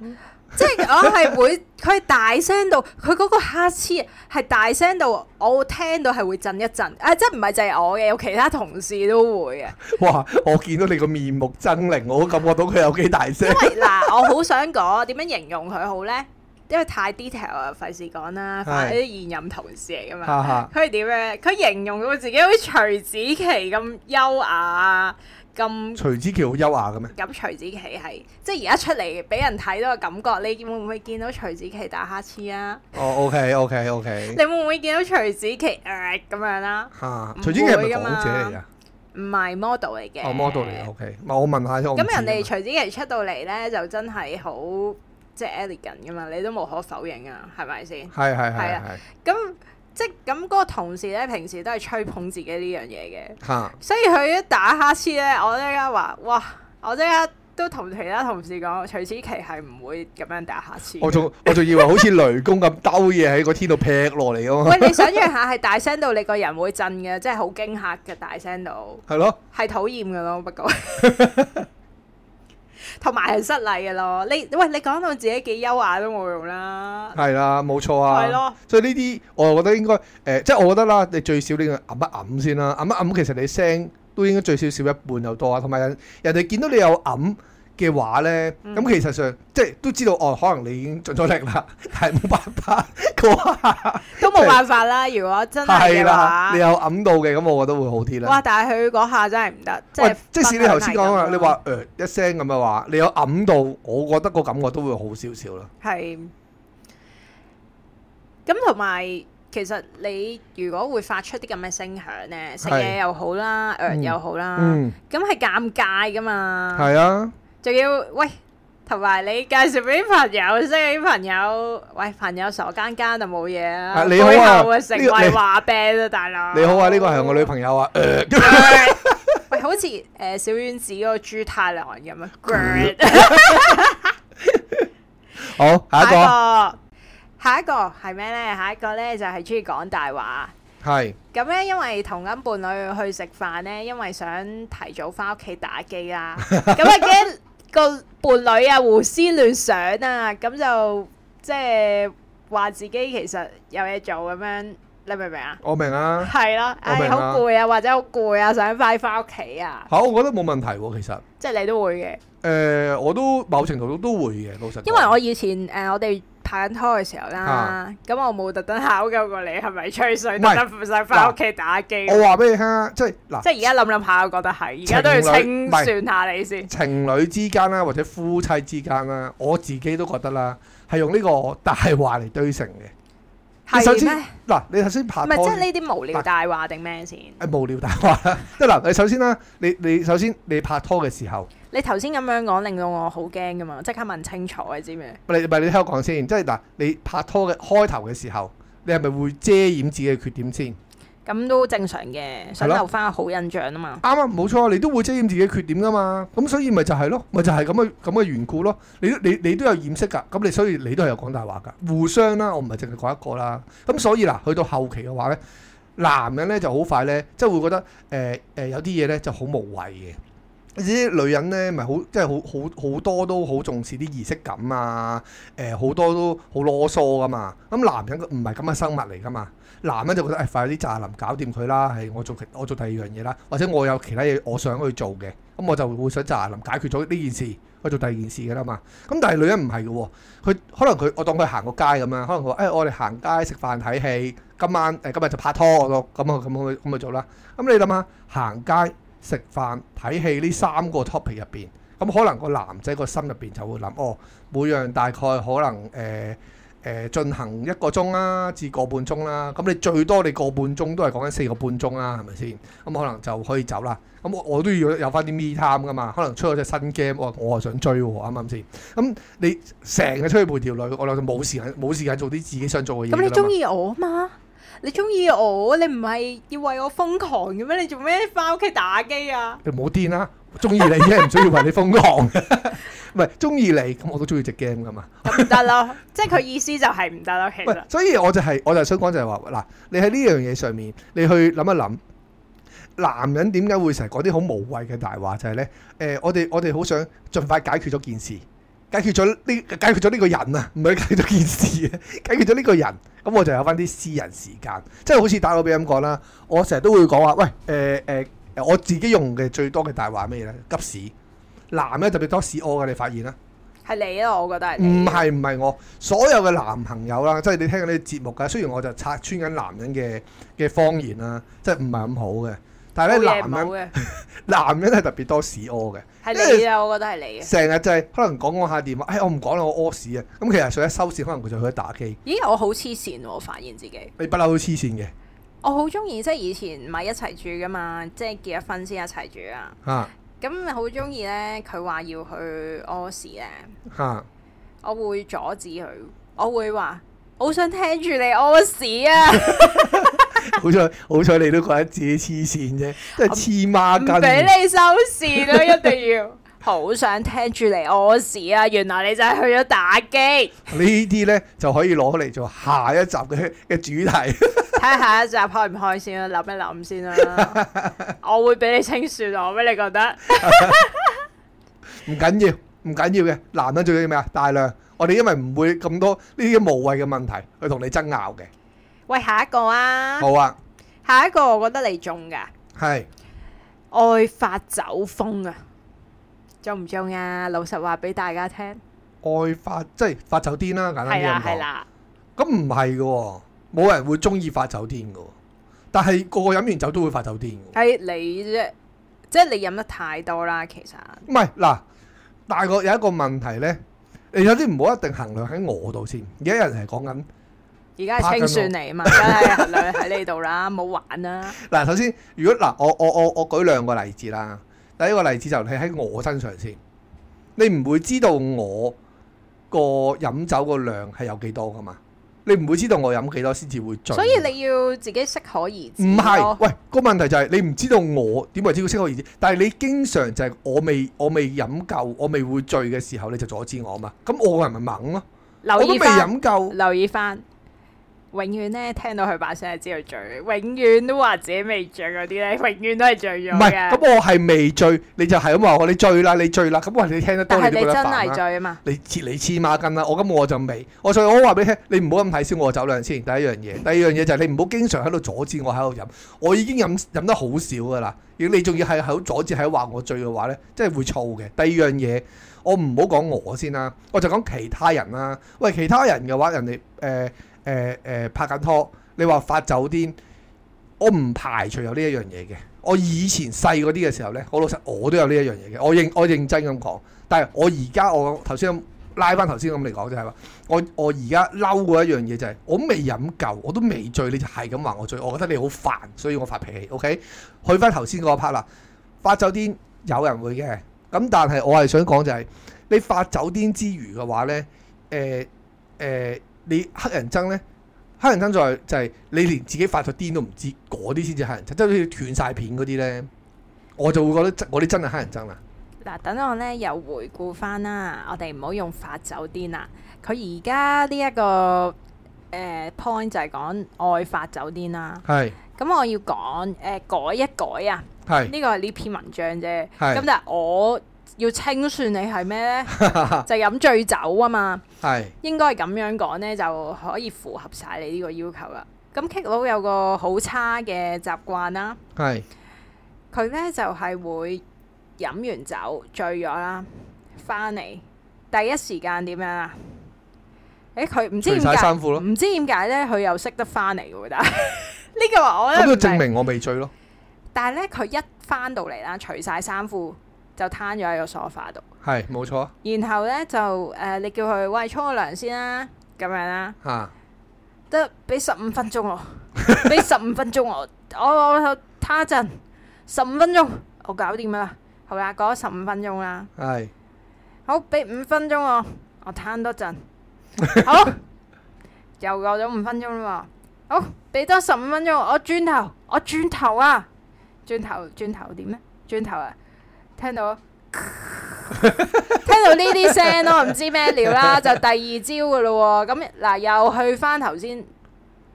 Speaker 2: 即係我係會 [laughs] 佢係大聲到佢嗰個哈嗤係大聲到我聽到係會震一震，啊！即係唔係就係我嘅，有其他同事都會嘅。
Speaker 1: [laughs] 哇！我見到你個面目狰狞，我都感覺到佢有幾大聲。
Speaker 2: [laughs] 嗱，我好想講點樣形容佢好呢？因為太 detail 啊，費事講啦。反正啲現任同事嚟噶嘛，
Speaker 1: 哈哈，
Speaker 2: 佢係點咧？佢形容到自己好似徐子淇咁優雅啊，咁
Speaker 1: 徐子淇好優雅嘅咩？
Speaker 2: 咁徐子淇係即係而家出嚟俾人睇到嘅感覺，你會唔會見到徐子淇打乞嗤啊？
Speaker 1: 哦，OK OK OK，
Speaker 2: 你會唔會見到徐子淇誒、呃咁樣啦、
Speaker 1: 嚇
Speaker 2: 唔
Speaker 1: 徐子淇係咪
Speaker 2: 會㗎嘛
Speaker 1: 港姐嚟㗎？
Speaker 2: 唔係 model 嚟嘅，
Speaker 1: 哦，model 嚟，OK。唔係我問下啫，我唔
Speaker 2: 咁人
Speaker 1: 知㗎啊
Speaker 2: 哋
Speaker 1: 嘛
Speaker 2: 徐子淇出到嚟呢，就真係好即係 elegant 噶嘛，你都無可否認啊，係咪先？
Speaker 1: 係係
Speaker 2: 係
Speaker 1: 係
Speaker 2: 啊
Speaker 1: 係
Speaker 2: 咁即係咁嗰個同事咧，平時都係吹捧自己呢樣嘢嘅，
Speaker 1: 嚇
Speaker 2: 所以佢一打乞嗤咧，我即刻話：哇！我即刻都同其他同事講，徐子淇係唔會咁樣打乞嗤
Speaker 1: 我
Speaker 2: 嘅。
Speaker 1: 仲我仲以為好似雷公咁兜嘢喺個天度劈落嚟啊㗎嘛，
Speaker 2: 喂，你想象下係大聲到你個人會震嘅，即係好驚嚇嘅大聲到，
Speaker 1: 係咯， [laughs]
Speaker 2: 係討厭嘅咯。不過討同埋係失禮嘅咯。你喂，你講到自己幾優雅都冇用啦，
Speaker 1: 係啦，冇錯
Speaker 2: 係
Speaker 1: 啊。
Speaker 2: 咯，
Speaker 1: 所以呢啲我又覺得應該誒、呃即係我覺得啦，你最少你要揞一揞先啦，揞一揞其實你聲都應該最少少一半又多啊，同埋人人哋見到你有揞嘅話咧，咁、
Speaker 2: 嗯
Speaker 1: 其實上即係都知道哦，可能你已經盡咗力啦，但係冇辦法嗰下
Speaker 2: 都冇辦法啦。如果真係
Speaker 1: 係
Speaker 2: 嘅
Speaker 1: 啦，
Speaker 2: 話
Speaker 1: 你，有揞到嘅，咁我覺得會好啲啦。
Speaker 2: 哇！但係佢嗰下真係唔得，即係
Speaker 1: 喂，即使你頭先講
Speaker 2: 啊
Speaker 1: 啊，，你話誒一聲咁嘅話，你有揞到，我覺得個感覺都會好少少啦。
Speaker 2: 係。咁同埋，其實你如果會發出啲咁嘅聲響咧，食嘢
Speaker 1: 係
Speaker 2: 又好啦，呃
Speaker 1: 嗯
Speaker 2: 又好啦，
Speaker 1: 嗯，
Speaker 2: 咁係尷尬噶嘛。
Speaker 1: 係啊，
Speaker 2: 仲要喂，同埋你介紹俾朋友識啲朋友，喂朋友傻更更就冇嘢啊，
Speaker 1: 啊你
Speaker 2: 背
Speaker 1: 好啊
Speaker 2: 後成
Speaker 1: 呢個
Speaker 2: 為
Speaker 1: 你
Speaker 2: 話柄啊，大佬。
Speaker 1: 你好啊，呢個係我女朋友
Speaker 2: 哦
Speaker 1: 啊，誒
Speaker 2: [laughs] 喂，好似誒、呃小丸子嗰個豬太郎咁啊，
Speaker 1: [laughs] 好， [laughs] 下一個
Speaker 2: 個下一個係咩呢？下一個呢就係中意講大話。
Speaker 1: 係
Speaker 2: 咁呢，因為同緊伴侶去食飯呢，因為想提早翻屋企打機啦，咁啊驚個伴侶啊胡思亂想啊，咁就即係話自己其實有嘢做咁樣，你明唔明啊？
Speaker 1: 我明啊。
Speaker 2: 係啦，
Speaker 1: 我明
Speaker 2: 唉，
Speaker 1: 啊
Speaker 2: 好攰啊，或者好攰啊，想快翻屋企啊，
Speaker 1: 好，我覺得冇問題喎，其實
Speaker 2: 即係你都會嘅。
Speaker 1: 誒我都某程度都都會嘅，老實講。
Speaker 2: 因為我以前誒、呃我哋拍緊拖嘅時候啦
Speaker 1: 啊，
Speaker 2: 咁、我冇特登考究過你係咪吹水，
Speaker 1: 唔
Speaker 2: 特
Speaker 1: 係
Speaker 2: 登唔使翻屋企打機。
Speaker 1: 我話俾你聽啊，即係嗱
Speaker 2: 即係而家諗諗下，我覺得係，而家都要清
Speaker 1: 情侶唔係
Speaker 2: 算下你先。
Speaker 1: 情侶之間啊啦，或者夫妻之間啦，我自己都覺得啦，係用呢個大話嚟堆成嘅。你首
Speaker 2: 係
Speaker 1: 先
Speaker 2: 咩？
Speaker 1: 嗱，你頭先
Speaker 2: 唔
Speaker 1: 拍
Speaker 2: 係
Speaker 1: 拖
Speaker 2: 即係呢啲無聊大話定咩先？
Speaker 1: 誒哎無聊大話 [laughs] 啦，即係嗱，你首先啦，你你首先你拍拖嘅時候。
Speaker 2: 你頭先咁樣講，令到我好驚噶嘛，即刻問清楚你知咩？
Speaker 1: 唔係你唔係你聽我講先，即係嗱，你拍拖嘅開頭嘅時候，你係咪會遮掩自己嘅缺點先？啱
Speaker 2: 咁都正常嘅，想
Speaker 1: 係咯
Speaker 2: 留翻個好印象啊嘛。
Speaker 1: 啊，冇錯，你都會遮掩自己嘅缺點噶嘛。咁所以咪就係咯，咪就係咁嘅咁嘅緣故咯。你都你你都有掩飾㗎，咁你所以你都係有講大話㗎，互相啦，我唔係淨係講一個啦。咁所以嗱，去到後期嘅話咧，男人咧就好快咧，即係會覺得誒誒、呃呃有啲嘢咧就好無謂嘅。你知女人咧，咪好即係好好好多都好重視啲儀式感啊，誒、好多都好囉嗦噶嘛。咁男人唔係咁嘅生物嚟噶嘛，男人就覺得誒、哎快啲炸林搞掂佢啦，係我做其我做第二樣嘢啦，或者我有其他嘢我想去做嘅，咁我就會想炸林解決咗呢件事，去做第二件事噶啦嘛。咁但係女人唔係嘅喎，佢可能佢我當佢行個街咁樣，可能佢話誒我哋行街食飯睇戲，今晚誒、今日就拍拖咯，咁啊咁去咁去做啦。咁你諗下行街。食飯、睇戲呢三個 topic 入邊，咁可能個男仔個心入邊就會諗，哦，每樣大概可能誒誒、呃呃、進行一個鐘啦，至個半鐘啦，咁你最多你個半鐘都係講緊四個半鐘啊啦，係咪先？咁可能就可以走啦。咁我我都要有翻啲 me time 噶嘛，可能出咗隻新 game，我我又想追喎，啱唔啱先？咁你成日出去陪條女，我諗就冇時間冇時間做啲自己想做嘅嘢㗎
Speaker 2: 咁
Speaker 1: 啦嘛。
Speaker 2: 你中意我啊嘛？你中意我，你唔係要為我瘋狂嘅咩？你做咩翻屋企打機啊？
Speaker 1: 你唔好癲啦！中意你啫，唔需要為你瘋狂。 [laughs] 唔係中意你，咁我都中意只 game 噶嘛。
Speaker 2: 咁唔得咯，即係佢意思就係唔得咯。其
Speaker 1: 喂
Speaker 2: 實，
Speaker 1: 所以我就係、我就係想講就係話嗱，你喺呢樣嘢上面，你去諗一諗，男人點解會成日講啲好無謂嘅大話？就係、呢。咧，誒、我哋我哋好想盡快解決咗件事，解決咗呢解決咗呢個人啊，唔係解決咗件事啊，解決咗呢個人，咁我就有翻啲私人時間，即係好似打個比咁講啦，我成日都會講話，喂，誒、誒、誒我自己用嘅最多嘅大話係咩咧？急屎，男咧特別多屎屙嘅，你發現啦。
Speaker 2: 係你咯，我覺得係你
Speaker 1: 唔係唔係我，所有嘅男朋友啦，即係你聽緊呢啲節目㗎。雖然我就拆穿緊男人嘅嘅謊言啦，即係唔係咁好嘅。但係咧，
Speaker 2: 冇嘢
Speaker 1: 男
Speaker 2: 唔好
Speaker 1: 人
Speaker 2: 嘅，
Speaker 1: 男人係特別多屎屙嘅，
Speaker 2: 係你啊，我覺得係你啊。
Speaker 1: 成日就係可能講講下電話，哎我唔講啦，我屙屎啊。咁其實上一收線，可能佢就去咗打機。
Speaker 2: 咦，我好黐線喎！我發現自己，
Speaker 1: 你不嬲都黐線嘅
Speaker 2: 我好中意即係以前唔係一齊住噶嘛，即係結咗婚先一齊住啊。
Speaker 1: 嚇
Speaker 2: 咁好中意咧，佢話要去屙屎咧， [laughs]
Speaker 1: 嚇，
Speaker 2: 我會阻止佢，我會話好想聽住你屙屎啊，
Speaker 1: 好彩好彩你都覺得自己黐線啫，即係黐
Speaker 2: 唔
Speaker 1: 孖
Speaker 2: 俾
Speaker 1: 筋。
Speaker 2: 你收線啦，一定
Speaker 1: [laughs]
Speaker 2: 要。好想聽住你屙屎啊！原來你就係去咗打機，睇
Speaker 1: 呢啲咧就可以攞嚟做下一集嘅嘅主題。
Speaker 2: 下下一集開唔開先啦，諗一諗先啦。
Speaker 1: [laughs]
Speaker 2: 我會俾你清算我咩？你覺得？
Speaker 1: 唔緊要，唔緊要嘅，男人最緊要咩啊？大量，我哋因為唔會咁多呢啲無謂嘅問題去同你爭拗嘅。
Speaker 2: 喂，下一個啊，
Speaker 1: 好啊，
Speaker 2: 下一個我覺得你中㗎，
Speaker 1: 係
Speaker 2: 愛發酒瘋啊，中唔中啊？老實話俾大家聽，
Speaker 1: 愛發即係發酒癲啦，簡單啲
Speaker 2: 係
Speaker 1: 咁
Speaker 2: 啦
Speaker 1: 講
Speaker 2: 係啦，
Speaker 1: 咁唔係嘅喎，冇人會中意發酒癲嘅喎。但係個個飲完酒都會發酒癲嘅喎。
Speaker 2: 係你啫，即係你飲得太多啦，其實
Speaker 1: 唔係嗱，大個有一個問題咧，你有啲唔好一定衡量喺我度先。而家有人係講緊
Speaker 2: 而家係清算嚟嘛，梗係衡量喺呢度啦，冇玩啦，
Speaker 1: 嗱，首先如果嗱，我我我我舉兩個例子啦。第一個例子就係喺我身上先，你唔會知道我個飲酒個量係有幾多噶嘛？你唔會知道我飲幾多先至會醉。
Speaker 2: 所以你要自己適可而止
Speaker 1: 唔係
Speaker 2: 咯，，
Speaker 1: 喂，個問題就係你唔知道我點為之叫適可而止，但係你經常就係我未我未飲夠，我未會醉嘅時候，你就阻止我嘛。咁我個人咪猛咯，我
Speaker 2: 留
Speaker 1: 都
Speaker 2: 意
Speaker 1: 未
Speaker 2: 翻。
Speaker 1: 飲夠，
Speaker 2: 留意翻，永遠咧聽到佢把聲係知道醉，永遠都話自己未醉嗰啲咧，永遠都係醉
Speaker 1: 唔
Speaker 2: 咗
Speaker 1: 係
Speaker 2: 嘅。
Speaker 1: 咁我係未醉，你就係咁話我你醉啦，你醉啦，咁我你聽得多
Speaker 2: 但係
Speaker 1: 你都
Speaker 2: 你
Speaker 1: 覺得
Speaker 2: 真
Speaker 1: 煩
Speaker 2: 係
Speaker 1: 啦。
Speaker 2: 醉啊嘛，
Speaker 1: 你切你黐孖筋啦！我咁我就未，我所以我話俾你聽，你唔好咁睇小我酒量先。第一樣嘢，第二樣嘢就係你唔好經常喺度阻止我喺度飲。我已經飲飲得好少㗎啦，如果你仲要係喺度阻止喺度話我醉嘅話咧，真係會燥嘅。第二樣嘢，我唔好講我先啦，我就講其他人啦。喂，其他人嘅話，人哋誒誒誒拍緊拖，你話發酒癲，我唔排除有呢一樣嘢嘅。我以前細嗰啲嘅時候咧，我老實我都有呢一樣嘢嘅。我認我認真咁講，但係我而家我頭先咁拉翻頭先咁嚟講就係話，我我而家嬲嗰一樣嘢就係、我未飲夠，我都未醉，你就係咁話我醉，我覺得你好煩，所以我發脾氣。OK，去翻頭先嗰個 part 啦，發酒癲有人會嘅，咁但係我係想講就係、你發酒癲之餘嘅話咧，誒、誒、你黑人憎咧。黑人憎在就係你連自己發咗癲都唔知，嗰啲先至黑人憎，即係好似斷晒片嗰啲咧，我就會覺得真我哋真係黑人憎啦。
Speaker 2: 嗱，等我咧又回顧翻啦，我哋唔好用發酒癲啦。佢而家呢一個誒、呃 point 就係講愛發酒癲啦。
Speaker 1: 係
Speaker 2: 咁我要講誒、呃改一改啊，
Speaker 1: 係
Speaker 2: 呢個係呢篇文章啫。
Speaker 1: 係
Speaker 2: 咁但係我要清算你係
Speaker 1: [laughs]
Speaker 2: 咩咧？
Speaker 1: 係
Speaker 2: 就飲醉酒啊嘛。
Speaker 1: 係
Speaker 2: 應該咁樣講呢，就可以符合晒你呢個要求啦。咁 Kick 佬有個好差嘅習慣啦，
Speaker 1: 係
Speaker 2: 佢呢就係、會飲完酒醉咗啦，翻嚟第一時間點樣啊？誒佢唔知
Speaker 1: 除
Speaker 2: 點
Speaker 1: 晒
Speaker 2: 解，
Speaker 1: 衫褲咯，
Speaker 2: 唔知點解呢，佢又識得翻嚟嘅喎，但 [laughs] 係呢個我咧
Speaker 1: 咁就證明我未醉咯。
Speaker 2: 但係呢，佢一翻到嚟啦，除晒衫褲就攤咗喺個 sofa 度，
Speaker 1: 係冇錯啊
Speaker 2: 然後呢，就誒、呃你叫佢喂沖個涼先啦，咁樣啦。
Speaker 1: 嚇，
Speaker 2: 得俾十五分鐘我， [laughs] 俾十五分鐘我，我我他陣十五分鐘，我搞掂啦。好啦，過咗十五分鐘啦，
Speaker 1: 係
Speaker 2: 好俾五分鐘我，我攤
Speaker 1: [laughs]
Speaker 2: 多陣。好，又過咗五分鐘啦喎，好俾多十五分鐘我，我轉頭，我轉頭啊，轉頭轉頭點呢？轉頭啊，聽到。聽到呢啲聲咯，唔知咩料啦，就第二招噶咯喎。咁嗱，又去翻頭先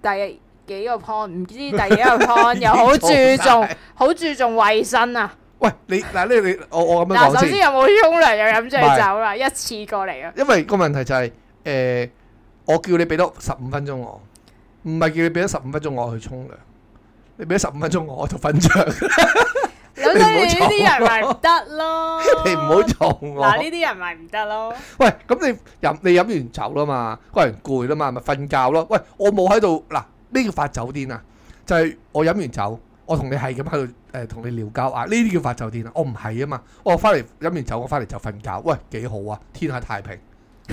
Speaker 2: 第幾個 point，唔知第幾個 point，
Speaker 1: [laughs]
Speaker 2: 又好注重，好注重衞生啊。
Speaker 1: 喂你嗱呢你我我咁樣
Speaker 2: 嗱，首
Speaker 1: 講
Speaker 2: 先
Speaker 1: 先，
Speaker 2: 有冇沖涼又飲醉酒啦，一次過嚟啊。
Speaker 1: 因為個問題就係誒，我叫你俾多十五分鐘我，唔係叫你俾多十五分鐘我去沖涼，你俾咗十五分鐘我我就瞓
Speaker 2: 哦
Speaker 1: 著，
Speaker 2: 咁所以呢啲人咪唔得咯。
Speaker 1: 啊 [laughs] 你唔好嘈啊我。
Speaker 2: 嗱，呢啲人咪唔得咯。
Speaker 1: 喂，咁你飲你飲完酒啦嘛，個人攰啦嘛，咪瞓覺咯。喂，我冇喺度嗱，呢叫發酒癲啊！就係、我飲完酒，我同你係咁喺度誒同你聊交啊，呢啲叫發酒癲啊！我唔係啊嘛，我翻嚟飲完酒，我翻嚟就瞓覺。喂，幾好啊！天下太平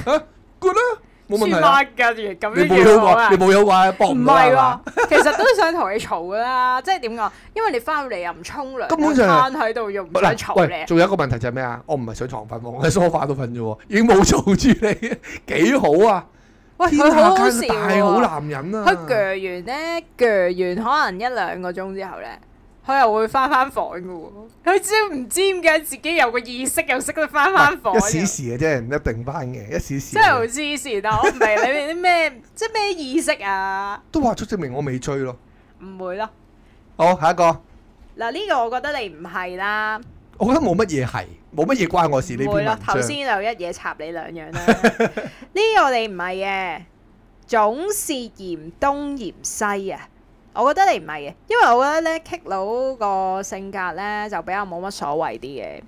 Speaker 1: 啊，good 啦、冇問題啊！
Speaker 2: 黐孖筋咁
Speaker 1: 你
Speaker 2: 樣
Speaker 1: 冇
Speaker 2: 樣
Speaker 1: 有
Speaker 2: 好啊
Speaker 1: 過，你。冇有話搏
Speaker 2: 唔
Speaker 1: 唔到
Speaker 2: 係
Speaker 1: 係
Speaker 2: 喎
Speaker 1: 嘛？，
Speaker 2: 其實都想同你嘈噶啦，即係點講？因為你翻到嚟又唔沖涼，
Speaker 1: 根本上係
Speaker 2: 攤喺度又唔想
Speaker 1: 嗱，
Speaker 2: 嘈
Speaker 1: 喂，
Speaker 2: 你，
Speaker 1: 仲有一個問題就係咩啊？我唔係上床瞓喎，我喺 sofa 度瞓啫喎，已經冇嘈住你， [laughs] 幾好啊！
Speaker 2: 喂，
Speaker 1: 天
Speaker 2: 佢好
Speaker 1: 下
Speaker 2: 好
Speaker 1: 間
Speaker 2: 笑
Speaker 1: 大好
Speaker 2: 喎。
Speaker 1: 男人啊！
Speaker 2: 佢鋸完咧，鋸完可能一兩個鐘之後咧，佢又會翻翻房噶喎。佢知唔知點解自己有個意識又識得翻翻房
Speaker 1: 一
Speaker 2: 嘅？
Speaker 1: 時時嘅啫，唔一定翻嘅，一時時
Speaker 2: 真係好
Speaker 1: 嘅。
Speaker 2: 黐線！但我唔明你哋啲咩，即係咩意識啊？
Speaker 1: 都話足證明我未追咯。
Speaker 2: 唔會咯。
Speaker 1: 好，下一個，
Speaker 2: 嗱，呢個我覺得你唔係啦。
Speaker 1: 我覺得冇乜嘢係，冇乜嘢關我事呢篇
Speaker 2: 會
Speaker 1: 文
Speaker 2: 咯，
Speaker 1: 章。
Speaker 2: 頭先就一嘢插你兩
Speaker 1: [laughs]
Speaker 2: 樣啦。呢個你唔係嘅，總是嫌東嫌西啊！我覺得你唔係嘅，因為我覺得咧，Kick 佬個性格咧就比較冇乜所謂啲嘅，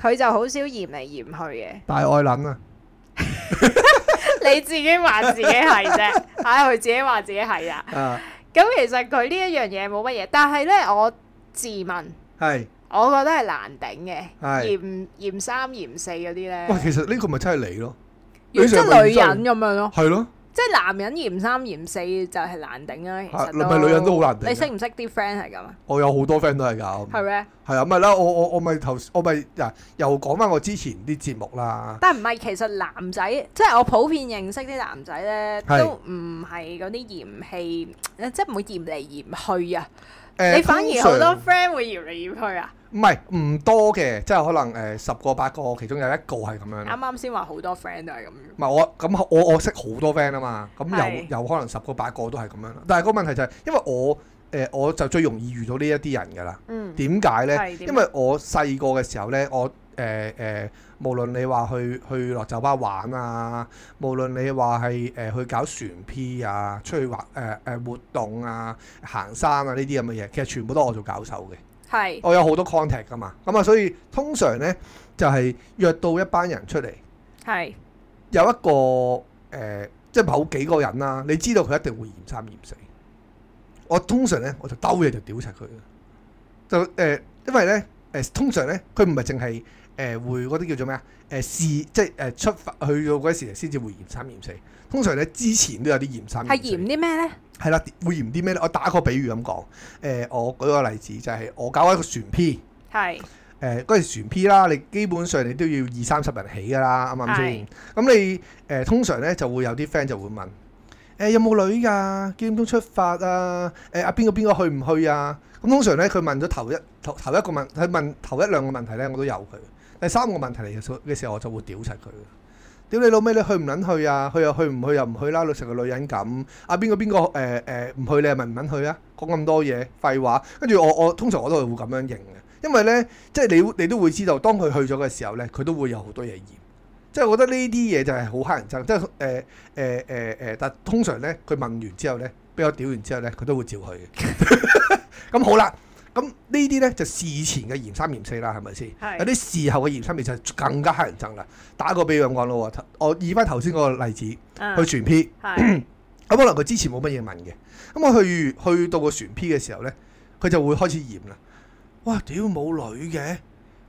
Speaker 2: 佢就好少嫌嚟嫌去
Speaker 1: [laughs]
Speaker 2: 嘅。
Speaker 1: 大愛撚
Speaker 2: [laughs]
Speaker 1: 啊，
Speaker 2: 你自己話自己係啫，唉、佢自己話自己係啦。
Speaker 1: 啊
Speaker 2: 咁其實佢呢一樣嘢冇乜嘢，但係咧，我自問，
Speaker 1: 係。
Speaker 2: 我覺得係難頂嘅，
Speaker 1: 係
Speaker 2: 嫌嫌三嫌四嗰啲咧
Speaker 1: 喂，，其實呢個咪真係你咯，
Speaker 2: 即
Speaker 1: 你成日
Speaker 2: 係
Speaker 1: 咪
Speaker 2: 女
Speaker 1: 真係
Speaker 2: 人咁樣咯。
Speaker 1: 係咯，
Speaker 2: 即係男人嫌三嫌四就係難頂啦，其
Speaker 1: 係
Speaker 2: 實
Speaker 1: 唔係女人都好難頂啊
Speaker 2: 你識唔識啲 friend 係咁啊？
Speaker 1: 我有好多 friend 都係㗎。
Speaker 2: 係咪？
Speaker 1: 係啊，咪啦，我我我咪頭我咪嗱，又講翻我之前啲節目啦，
Speaker 2: 但唔係，其實男仔即係我普遍認識啲男仔咧，
Speaker 1: 係
Speaker 2: 都唔係嗰啲嫌棄，呃即係唔會嫌嚟嫌去啊。
Speaker 1: 誒
Speaker 2: 你反而
Speaker 1: 通
Speaker 2: 好
Speaker 1: 常
Speaker 2: 多 friend 會嫌嚟嫌去啊。
Speaker 1: 唔係唔多嘅，即係可能誒十個八個，其中有一個係咁樣
Speaker 2: 啱
Speaker 1: 咯。
Speaker 2: 啱先話好多 friend 都係咁樣。
Speaker 1: 唔係我咁我我識好多 friend 啊嘛，咁
Speaker 2: 係
Speaker 1: 有有可能十個八個都係咁樣啦。但係個問題就係、因為我誒、我就最容易遇到呢一啲人㗎啦。
Speaker 2: 嗯，
Speaker 1: 點解呢？
Speaker 2: 係點
Speaker 1: 因為我細個嘅時候呢，我誒誒、無論你話去去落酒吧玩啊，無論你話係誒去搞船 P 啊，出去滑誒誒活動啊、行山啊呢啲咁嘅嘢，其實全部都係我做搞手嘅。
Speaker 2: 係
Speaker 1: 我有好多 contact 噶嘛，咁啊，所以通常呢，就係、約到一班人出嚟，
Speaker 2: 係
Speaker 1: 有一個誒、呃即係某幾個人啦，你知道佢一定會嫌三嫌四。我通常呢，我就兜嘢就屌柒佢嘅，就誒、呃因為呢，誒、通常呢，佢唔係淨係誒會嗰啲叫做咩啊？誒、試即係誒、呃出發去到嗰時先至會嫌三嫌四。通常呢，之前都有啲嫌三
Speaker 2: 係
Speaker 1: 四
Speaker 2: 嫌啲咩咧？
Speaker 1: 係啦，會嫌啲咩呢？我打個比喻咁講，誒、我舉個例子就係、我搞一個船 P。
Speaker 2: 係
Speaker 1: 誒呃嗰陣船 P 啦，你基本上你都要二三十人起㗎啦，啱唔啱先
Speaker 2: 係？
Speaker 1: 咁你誒、呃通常咧就會有啲 friend 就會問誒、呃有冇女㗎？幾點鐘出發啊？誒阿邊個邊個去唔去啊？咁通常咧佢問咗頭一頭頭一個問，佢問頭一兩個問題咧，我都有佢。第三個問題嚟嘅時候嘅時候，我就會屌柒佢。屌你老味，你去唔撚去啊？去又去，唔去又唔去啦，成個女人咁。啊邊個邊個誒誒唔去，你係咪唔撚去啊？講咁多嘢廢話，跟住我我通常我都係會咁樣認嘅，因為咧即係你你都會知道，當佢去咗嘅時候咧，佢都會有好多嘢嫌。即係我覺得呢啲嘢就係好乞人憎，即係呃誒誒誒呃誒，但通常咧佢問完之後咧，俾我屌完之後咧，佢都會照去嘅。 [laughs] 咁好啦，咁呢啲咧就事前嘅嫌三嫌四啦，係咪先？
Speaker 2: 係
Speaker 1: 有啲事後嘅嫌三嫌四就更加乞人憎啦。打個比喻咁講咯喎，我以翻頭先嗰個例子
Speaker 2: 啊
Speaker 1: 去全 P。
Speaker 2: 係
Speaker 1: 咁可能佢之前冇乜嘢問嘅，咁我去去到個船 P 嘅時候呢，佢就會開始嫌啦。哇！屌冇女嘅，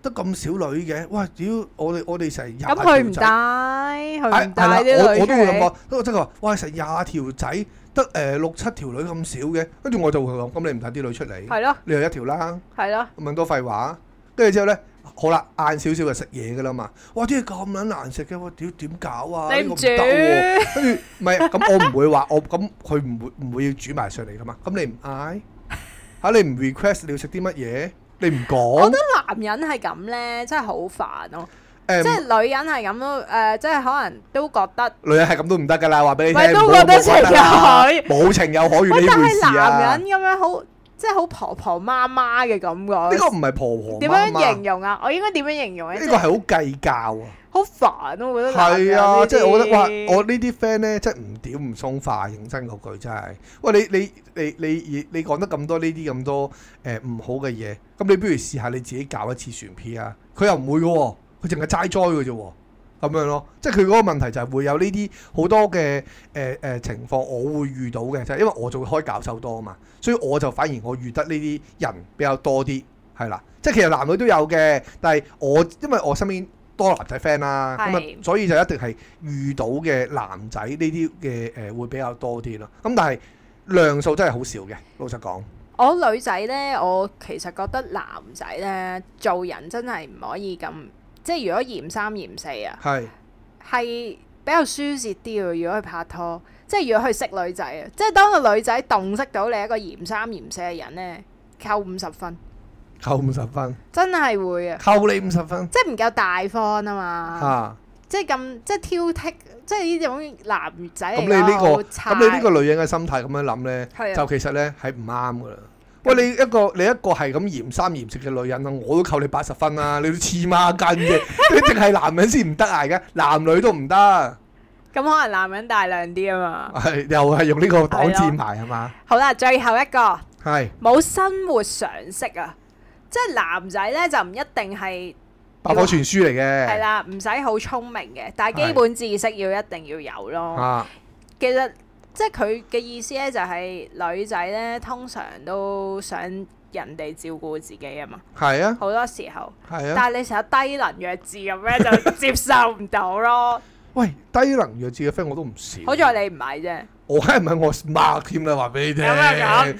Speaker 1: 得咁少女嘅，哇！屌我哋我哋成廿
Speaker 2: 咁佢唔
Speaker 1: 條仔
Speaker 2: 帶，佢
Speaker 1: 係
Speaker 2: 唔
Speaker 1: 哎係啦
Speaker 2: 帶啲
Speaker 1: 我
Speaker 2: 女
Speaker 1: 我
Speaker 2: 出
Speaker 1: 都會咁
Speaker 2: 嚟
Speaker 1: 講，都即係話，哇！成廿條仔得誒六七條女咁少嘅，跟住我就會講，咁你唔帶啲女出嚟，
Speaker 2: 係咯
Speaker 1: 你有一條啦。
Speaker 2: 係咯。
Speaker 1: 問多廢話，跟住之後咧，好啦，晏少少就食嘢噶啦嘛。哇！啲嘢咁撚難食嘅，我屌點搞啊？
Speaker 2: 你
Speaker 1: 呢
Speaker 2: 唔
Speaker 1: 個唔得喎。跟住唔係咁，我唔會話我咁，佢唔會唔會要煮埋上嚟噶嘛？咁你唔嗌嚇，你唔 request 你要食啲乜嘢？你唔
Speaker 2: 我
Speaker 1: 講
Speaker 2: 覺得男人係咁咧，真係好煩咯、即係
Speaker 1: 誒，
Speaker 2: 女人係咁咯，誒、即係可能都覺得，
Speaker 1: 女人係咁都唔得噶啦，話俾你
Speaker 2: 喂
Speaker 1: 聽。
Speaker 2: 都
Speaker 1: 唔好
Speaker 2: 覺得情有可
Speaker 1: 冇情有可
Speaker 2: 喂
Speaker 1: 原，呢
Speaker 2: 但
Speaker 1: 回
Speaker 2: 係
Speaker 1: 事啊
Speaker 2: 男！人咁樣好，即係好婆婆媽媽嘅
Speaker 1: 呢
Speaker 2: 感
Speaker 1: 個
Speaker 2: 覺。
Speaker 1: 唔係婆婆
Speaker 2: 點
Speaker 1: 媽
Speaker 2: 樣
Speaker 1: 媽，
Speaker 2: 形
Speaker 1: 呢
Speaker 2: 容啊？我應該點樣形容咧？即
Speaker 1: 個係
Speaker 2: 係
Speaker 1: 好計較啊！
Speaker 2: 好煩咯，我覺得男人
Speaker 1: 係啊，
Speaker 2: 呢
Speaker 1: 即係我覺得哇，
Speaker 2: 啲
Speaker 1: 我呢啲 friend 咧，真係唔屌唔鬆化，認真嗰句真係。喂，你你你你你你講得咁多呢啲咁多誒唔好嘅嘢，咁你不如試下你自己搞一次船 P 啊！佢又唔會嘅喎，佢淨係齋災嘅啫喎，咁樣咯。即係佢嗰個問題就係會有呢啲好多嘅誒誒呃情況，我會遇到嘅，就係因為我就會開教授多啊嘛，所以我就反而我遇得呢啲人比較多啲，係啦。即係其實男女都有嘅，但係我因為我身邊多男仔 friend 啦，咁啊
Speaker 2: 係
Speaker 1: 所以就一定係遇到嘅男仔呢啲嘅誒會比較多啲咯。咁但係量數真係好少嘅，老實講。
Speaker 2: 我女仔咧，我其實覺得男仔咧做人真係唔可以咁，即係如果嫌三嫌四啊，
Speaker 1: 係
Speaker 2: 係比較舒適啲嘅。如果佢拍拖，即係如果佢識女仔啊，即係當個女仔洞悉到你一個嫌三嫌四嘅人咧，扣五十分，
Speaker 1: 扣五十分，
Speaker 2: 真係會啊！
Speaker 1: 扣你五十分
Speaker 2: 即係唔夠大方啊嘛，
Speaker 1: 嚇。
Speaker 2: 即係咁即係挑剔，即係呢種男仔
Speaker 1: 咁
Speaker 2: 嚟
Speaker 1: 你呢
Speaker 2: 講好
Speaker 1: 個
Speaker 2: 差。
Speaker 1: 咁你呢個女人嘅心態咁樣諗
Speaker 2: 哎係
Speaker 1: 呢，
Speaker 2: 啊
Speaker 1: 就其實呢係唔啱噶啦。喂，你一個你一個係咁嫌三嫌四嘅女人啊，我都扣你八十分啦， [laughs] 你都黐孖筋 [laughs] 嘅，一定係男人先唔得捱嘅，男女都唔得，
Speaker 2: 咁可能男人大量啲啊嘛。
Speaker 1: 係又係用呢個擋箭牌係嘛？
Speaker 2: 好啦，最後一個
Speaker 1: 係
Speaker 2: 冇生活常識啊，即係男仔咧就唔一定係
Speaker 1: 百科全書嚟
Speaker 2: 係
Speaker 1: 嘅，
Speaker 2: 啦，唔使好聰明嘅，但係基
Speaker 1: 係
Speaker 2: 本知識要一定要有咯。
Speaker 1: 啊
Speaker 2: 其實即係佢嘅意思咧，就係女仔咧通常都想人哋照顧自己啊嘛，
Speaker 1: 係啊
Speaker 2: 好多時候。
Speaker 1: 係啊，
Speaker 2: 但係你成日低能弱智
Speaker 1: [laughs]
Speaker 2: 咁咧，就接受唔到咯。
Speaker 1: 喂低能弱智嘅 friend 我都唔少，
Speaker 2: 好在你唔係啫，
Speaker 1: 我梗係唔係我 smart 添啦，話俾你聽，
Speaker 2: 咁又講唔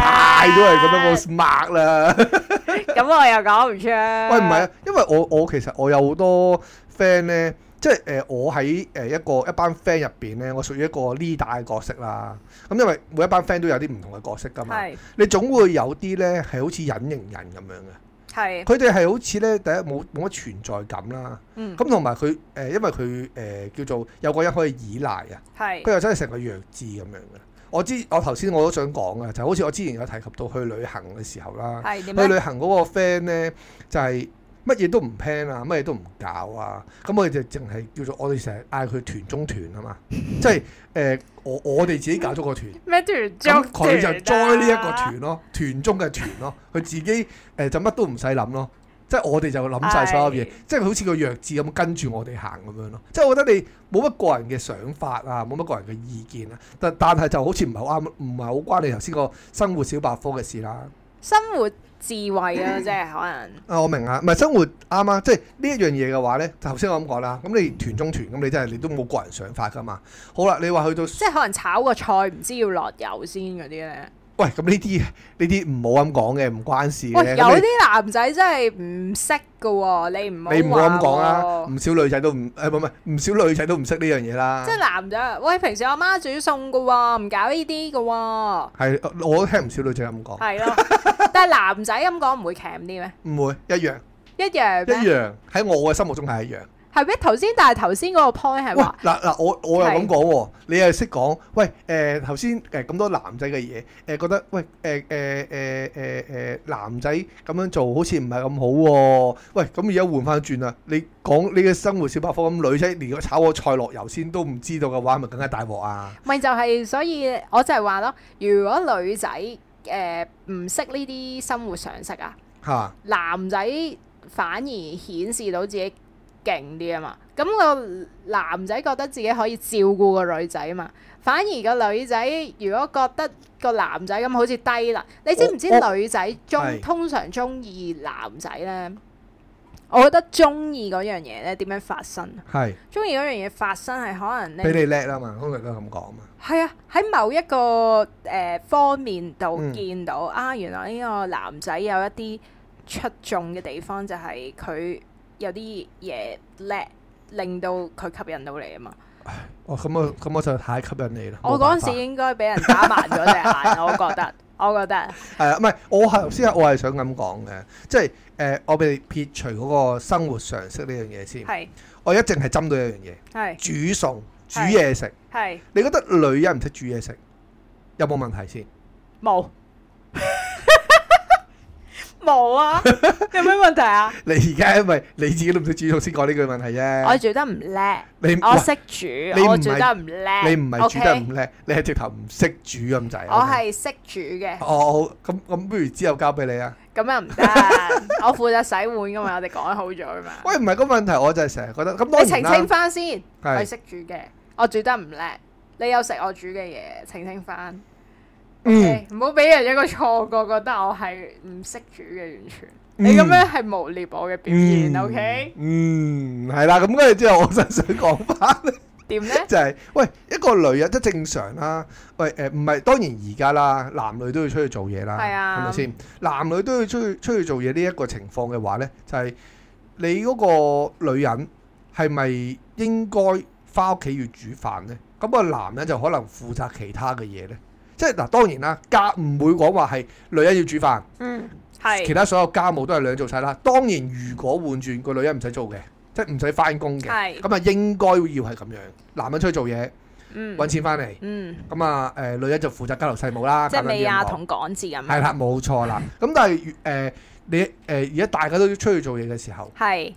Speaker 1: 太
Speaker 2: 出。
Speaker 1: 都係覺得我 smart 啦。
Speaker 2: [laughs] 咁我又講唔出。
Speaker 1: 喂，
Speaker 2: 喂
Speaker 1: 唔係啊，因為我我其實我有好多 friend 咧，即係誒、呃我喺誒一個一班 friend 入邊咧，我屬於一個 leader 嘅角色啦。咁因為每一班 friend 都有啲唔同嘅角色噶嘛，
Speaker 2: 係
Speaker 1: 你總會有啲咧係好似隱形人咁樣嘅，
Speaker 2: 係
Speaker 1: 佢哋係好似咧第一冇冇乜存在感啦，
Speaker 2: 嗯
Speaker 1: 咁同埋佢誒因為佢誒、呃叫做有個人可以依賴啊，
Speaker 2: 係
Speaker 1: 佢又真係成個弱智咁樣嘅。我之我頭先我都想講啊，就好似我之前有提及到去旅行嘅時候啦。
Speaker 2: 係點
Speaker 1: 去
Speaker 2: 咧？
Speaker 1: 旅行嗰個 friend 咧，就係乜嘢都唔 plan 啊，乜嘢都唔搞啊，咁我哋就淨係叫做我哋成日嗌佢團中團啊
Speaker 2: [laughs]
Speaker 1: 嘛，即係誒、呃我我哋自己搞咗個團，
Speaker 2: 咩團中
Speaker 1: 咁佢就 join 呢一個
Speaker 2: 團啊
Speaker 1: 團咯，團中嘅團咯，佢自己誒、呃就乜都唔使諗咯。即係我哋就諗晒所有嘢
Speaker 2: 係，
Speaker 1: 即係好似個弱智咁跟住我哋行咁樣咯。即係我覺得你冇乜個人嘅想法啊，冇乜個人嘅意見啊，但但係就好似唔係好啱，唔係好關你頭先個生活小百科嘅事啦。
Speaker 2: 生活智慧啊，即係可能
Speaker 1: 啊，我明啊，唔係生活啱啊，即係呢一樣嘢嘅話咧，頭先我咁講啦，咁你團中團，咁你真係你都冇個人想法噶嘛。好啦，你話去到，
Speaker 2: 即係可能炒個菜唔知要落油先嗰啲咧。
Speaker 1: 喂，咁呢啲呢啲唔好咁講嘅，唔關事
Speaker 2: 喂，
Speaker 1: 嘅。
Speaker 2: 有
Speaker 1: 咁
Speaker 2: 啲男仔真係唔識噶喎，你唔好
Speaker 1: 你你唔好咁講啦，
Speaker 2: 話喎
Speaker 1: 唔少女仔都唔誒唔係唔少女仔都唔識呢樣嘢啦
Speaker 2: 即。係男仔，喂，平時我媽煮餸噶喎，唔搞呢啲噶喎。
Speaker 1: 係，我都聽唔少女仔咁講， [laughs]
Speaker 2: 係咯，但係男仔咁講唔會鉗啲咩？
Speaker 1: 唔會一樣
Speaker 2: 一樣
Speaker 1: 一
Speaker 2: 咩？
Speaker 1: 樣喺我嘅心目中係一樣。
Speaker 2: 係咩？頭先但係頭先嗰個 point 係
Speaker 1: 喂，
Speaker 2: 話，
Speaker 1: 嗱嗱，我我又
Speaker 2: 係
Speaker 1: 咁講喎，你又識講，喂誒頭先誒咁多男仔嘅嘢，誒、覺得喂誒誒誒誒誒男仔咁樣做好似唔係咁好喎、喂咁而家換翻轉啦，你講你嘅生活小百科咁，女仔連個炒個菜落油先都唔知道嘅話，咪更加大鑊啊！
Speaker 2: 咪就係所以我就係話咯，如果女仔誒唔識呢啲生活常識啊，
Speaker 1: 嚇
Speaker 2: 男仔反而顯示到自己勁啲啊嘛。咁、個男仔覺得自己可以照顧個女仔啊嘛，反而個女仔如果覺得個男仔咁好似低能，你知唔知
Speaker 1: 我
Speaker 2: 女仔中
Speaker 1: 係
Speaker 2: 通常中意男仔咧？我覺得中意嗰樣嘢咧點樣發生？
Speaker 1: 係
Speaker 2: 中意嗰樣嘢發生係可能
Speaker 1: 俾
Speaker 2: 你
Speaker 1: 你叻啦嘛，通常都係咁講嘛，
Speaker 2: 係啊喺某一個誒、呃方面度
Speaker 1: 嗯
Speaker 2: 見到、啊，原來呢個男仔有一啲出眾嘅地方，就係佢有啲嘢叻，令到佢吸引到你啊嘛。
Speaker 1: 哦咁我咁我就太吸引你啦！
Speaker 2: 我
Speaker 1: 冇
Speaker 2: 嗰
Speaker 1: 辦
Speaker 2: 陣
Speaker 1: 法
Speaker 2: 時應該俾人打盲咗隻眼，我
Speaker 1: [laughs]
Speaker 2: 覺得，我覺得
Speaker 1: 係啊，唔係我係頭先我係想咁講嘅，即係誒、我哋撇除嗰個生活常識呢樣嘢先。
Speaker 2: 係
Speaker 1: 我一直係針對一樣嘢，
Speaker 2: 嗯係
Speaker 1: 煮餸、煮嘢食。
Speaker 2: 係
Speaker 1: 你覺得女人唔識煮嘢食有冇問題先？ [laughs]
Speaker 2: 冇 [laughs] 冇啊？有咩問題
Speaker 1: [laughs]
Speaker 2: 啊？
Speaker 1: 你而家因為你自己都唔識煮餸，先講呢句問題
Speaker 2: 我
Speaker 1: 啫。
Speaker 2: 煮得唔叻，
Speaker 1: 你
Speaker 2: 我
Speaker 1: 喂
Speaker 2: 識
Speaker 1: 你
Speaker 2: 煮，我
Speaker 1: 唔
Speaker 2: 煮
Speaker 1: 係
Speaker 2: 得唔叻，
Speaker 1: 你唔係煮得
Speaker 2: OK？
Speaker 1: 唔叻，你係直頭唔識煮咁滯。
Speaker 2: 我係識煮嘅，
Speaker 1: 哦，好咁咁，不如之後交俾你啊。
Speaker 2: 咁又
Speaker 1: [laughs]
Speaker 2: 唔得。我負責洗碗噶嘛，我哋講好咗噶嘛。
Speaker 1: 喂，唔係個問題，我就係成日覺得咁
Speaker 2: 你
Speaker 1: 當
Speaker 2: 澄
Speaker 1: 然
Speaker 2: 清
Speaker 1: 啦。
Speaker 2: 翻先，我係
Speaker 1: 係
Speaker 2: 識煮嘅，我煮得唔叻。你有食我煮嘅嘢，澄清翻。
Speaker 1: 嗯
Speaker 2: OK，唔好俾人一個錯覺，覺得我係唔識煮嘅，完全。你
Speaker 1: 嗯
Speaker 2: 咁樣係污蔑我嘅表現
Speaker 1: 嗯
Speaker 2: ，OK？
Speaker 1: 嗯，係啦。咁跟住之後，我真係想講翻。
Speaker 2: 點呢？ [laughs]
Speaker 1: 就係、喂一個女人即係正常啦，喂誒唔係當然而家啦，男女都要出去做嘢啦，
Speaker 2: 係啊
Speaker 1: 係咪先？男女都要出去出去做嘢呢一個情況嘅話呢，就係、你嗰個女人係咪應該翻屋企要煮飯呢？咁、個男人就可能負責其他嘅嘢呢。即係嗱，當然啦，家唔會講話係女人要煮飯，
Speaker 2: 嗯，
Speaker 1: 其
Speaker 2: 係
Speaker 1: 他所有家務都係女人做晒啦。當然，如果換轉個女人唔使做嘅，即係唔使翻工嘅，
Speaker 2: 係
Speaker 1: 咁啊應該要係咁樣，男人出去做嘢。
Speaker 2: 嗯
Speaker 1: 揾錢翻嚟。
Speaker 2: 嗯，
Speaker 1: 咁啊誒，女人就負責家頭細務啦。
Speaker 2: 即係
Speaker 1: 啊簡單啲咁
Speaker 2: 美亞
Speaker 1: 講
Speaker 2: 同啊港字咁
Speaker 1: 係
Speaker 2: 樣，
Speaker 1: 啦，冇錯啦。咁但係誒、你誒而家大家都出去做嘢嘅時候，誒、
Speaker 2: 係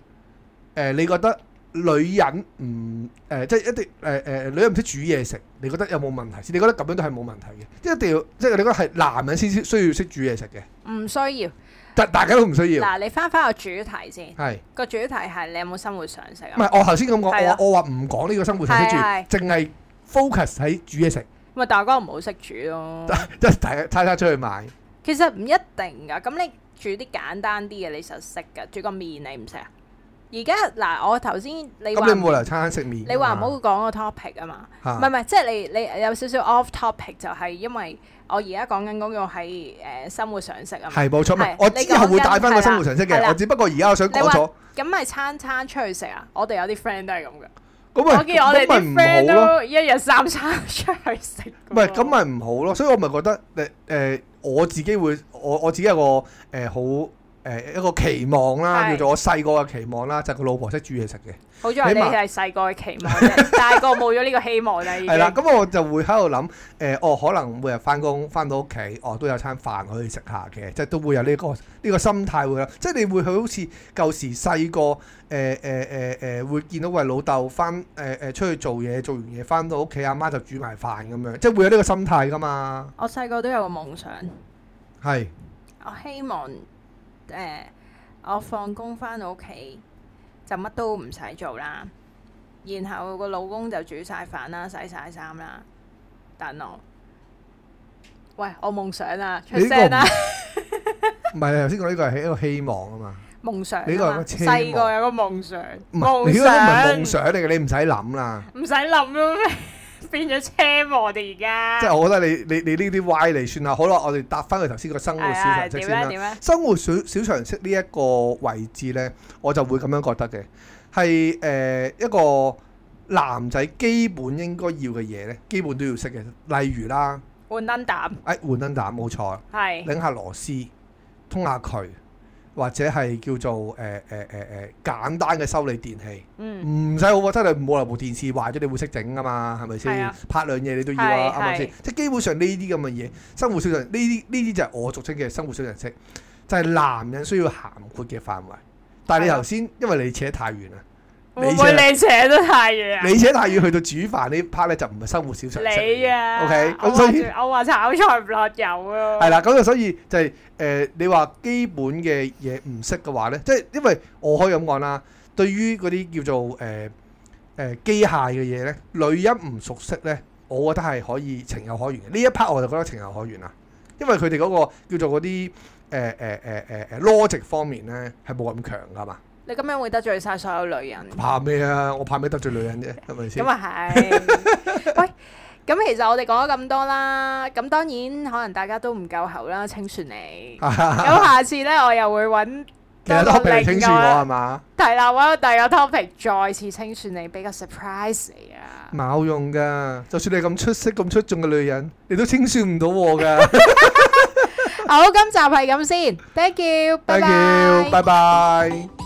Speaker 1: 你覺得女人唔誒、即係一定誒誒女人唔識煮嘢食，你覺得有冇問題先？你覺得咁樣都係冇問題嘅，即係一定要即係你覺得係男人先需要識煮嘢食嘅，
Speaker 2: 唔需要。
Speaker 1: 但大家都唔需要。
Speaker 2: 嗱，你翻返個主題先，
Speaker 1: 係
Speaker 2: 個主題係你有冇生活常識
Speaker 1: 唔
Speaker 2: 啊？
Speaker 1: 係我頭先咁
Speaker 2: 係啊
Speaker 1: 講，我我話唔講呢個生活常識住，
Speaker 2: 係係
Speaker 1: 淨係 focus 喺煮嘢食，
Speaker 2: 咪啊大家唔好識煮咯。
Speaker 1: 即係大家猜猜出去買。
Speaker 2: 其實唔一定㗎，咁你煮啲簡單啲嘅你實識㗎，煮個面你唔識啊？而家嗱，我頭先你話
Speaker 1: 咁你冇理由餐餐食麵㗎嘛。
Speaker 2: 你話唔好講個 topic 啊嘛，
Speaker 1: 嚇
Speaker 2: 唔係唔係，即係你你有少少 off topic 就係因為我而家講緊嗰個係誒生活常識啊嘛，
Speaker 1: 係冇錯，唔係
Speaker 2: 係
Speaker 1: 我
Speaker 2: 你
Speaker 1: 之後會
Speaker 2: 講緊
Speaker 1: 帶翻個
Speaker 2: 係啦
Speaker 1: 生活常識
Speaker 2: 係
Speaker 1: 嘅，
Speaker 2: 啦
Speaker 1: 我只不過而家我想
Speaker 2: 你
Speaker 1: 講
Speaker 2: 話
Speaker 1: 咗，
Speaker 2: 咁咪餐餐出去食啊？我哋有啲 friend 都係咁㗎，
Speaker 1: 咁咪
Speaker 2: 我見我哋
Speaker 1: 咁
Speaker 2: 啲
Speaker 1: 咪
Speaker 2: friend
Speaker 1: 唔好咯，
Speaker 2: 都一日三餐出去食㗎喎，
Speaker 1: 唔係咁咪唔好咯，所以我咪覺得誒誒我自己會我我自己有個誒好誒一個期望啦，
Speaker 2: 係
Speaker 1: 叫做我細個嘅期望啦，就係個老婆識煮嘢食嘅，
Speaker 2: 好在你
Speaker 1: 起碼
Speaker 2: 係細個嘅期望啫，大個冇咗呢個希望啦已經
Speaker 1: 係。啦，咁我就會喺度諗誒，哦可能每日翻工翻到屋企，哦都有餐飯可以食下嘅，即係都會有呢個呢個心態會啦，即係你會好似舊時細個誒誒誒誒會見到喂老豆翻誒誒出去做嘢，做完嘢翻到屋企阿媽就煮埋飯咁樣，即係會有呢個心態噶嘛，
Speaker 2: 我細個都有個夢想，
Speaker 1: 係。
Speaker 2: 我希望誒、呃我放工翻到屋企就乜都唔使做啦，然後個老公就煮晒飯啦、洗晒衫啦，等我。喂，我夢想啊，出
Speaker 1: 你呢個
Speaker 2: 聲啦！
Speaker 1: 唔係，你頭先講呢個係一個希望啊嘛。
Speaker 2: 夢想啊
Speaker 1: 你呢個係
Speaker 2: 嘛，
Speaker 1: 個奢
Speaker 2: 細個
Speaker 1: 望
Speaker 2: 有個夢想，
Speaker 1: 唔係，你嗰個都唔係夢
Speaker 2: 夢想
Speaker 1: 想嚟嘅，你唔使諗啦。
Speaker 2: 唔使諗咯， [laughs] 變咗奢望我哋而家。
Speaker 1: 即係我覺得你你你呢啲歪嚟算啦。好啦，我哋答翻佢頭先個生活小常識
Speaker 2: 點
Speaker 1: 先
Speaker 2: 咧？
Speaker 1: 啦。
Speaker 2: 點咧？
Speaker 1: 生活小小常識呢一個位置呢，我就會咁樣覺得嘅，係誒、呃一個男仔基本應該要嘅嘢呢，基本都要識嘅。例如啦，
Speaker 2: 換燈膽
Speaker 1: 誒、換燈膽冇錯，
Speaker 2: 係
Speaker 1: 擰下螺絲，通下渠，或者係叫做呃誒誒誒誒簡單嘅修理電器。
Speaker 2: 嗯
Speaker 1: 唔使好喎，真係冇理由部電視壞咗，你會識整噶嘛？係咪
Speaker 2: 係
Speaker 1: 先
Speaker 2: 啊？
Speaker 1: 拍兩嘢你都要
Speaker 2: 係
Speaker 1: 啊，啱唔啱
Speaker 2: 係
Speaker 1: 先？即係基本上呢啲咁嘅嘢，生活小常呢啲呢啲就係我俗稱嘅生活小常識，就係、男人需要涵括嘅範圍。但係你
Speaker 2: 係啊
Speaker 1: 頭先因為你扯太遠啦，
Speaker 2: 會唔
Speaker 1: 扯
Speaker 2: 會
Speaker 1: 啦
Speaker 2: 你扯得太遠啊？
Speaker 1: 你扯太遠去到煮飯呢 part 咧就唔係生活小常識嚟嘅。
Speaker 2: 你啊
Speaker 1: Dạ, OK，
Speaker 2: 我
Speaker 1: 咁所
Speaker 2: 話
Speaker 1: 以
Speaker 2: 住我話炒菜唔落油啊，
Speaker 1: 係啦，咁就所以就係、呃你話基本嘅嘢唔識嘅話咧，即係因為我可以咁講啦，對於嗰啲叫做誒誒、呃呃機械嘅嘢咧，女人唔熟悉咧，我覺得係可以情有可原嘅。呢一 part 我就覺得情有可原啦，因為佢哋嗰個叫做嗰啲呃誒誒誒誒誒呃 logic 方面咧係冇咁強噶嘛。
Speaker 2: 你咁樣會得罪晒所有女人，
Speaker 1: 怕咩啊？我怕咩得罪女人啫，係咪先
Speaker 2: 咁？啊
Speaker 1: [laughs]
Speaker 2: 係。喂，咁其實我哋講咗咁多啦，咁當然可能大家都唔夠喉啦，清算你。
Speaker 1: À.
Speaker 2: 咁下次咧，我又會揾
Speaker 1: 其實都俾你清算我係嘛？
Speaker 2: 係啦，揾個第二個 topic 再次清算你，比較 surprise à. 你啊。
Speaker 1: 冇用噶，就算你咁出色、咁出眾嘅女人，你都清算唔到我噶。
Speaker 2: Ờ, 好，今集係咁先，thank you，拜
Speaker 1: Thank you，拜
Speaker 2: 拜。
Speaker 1: 拜。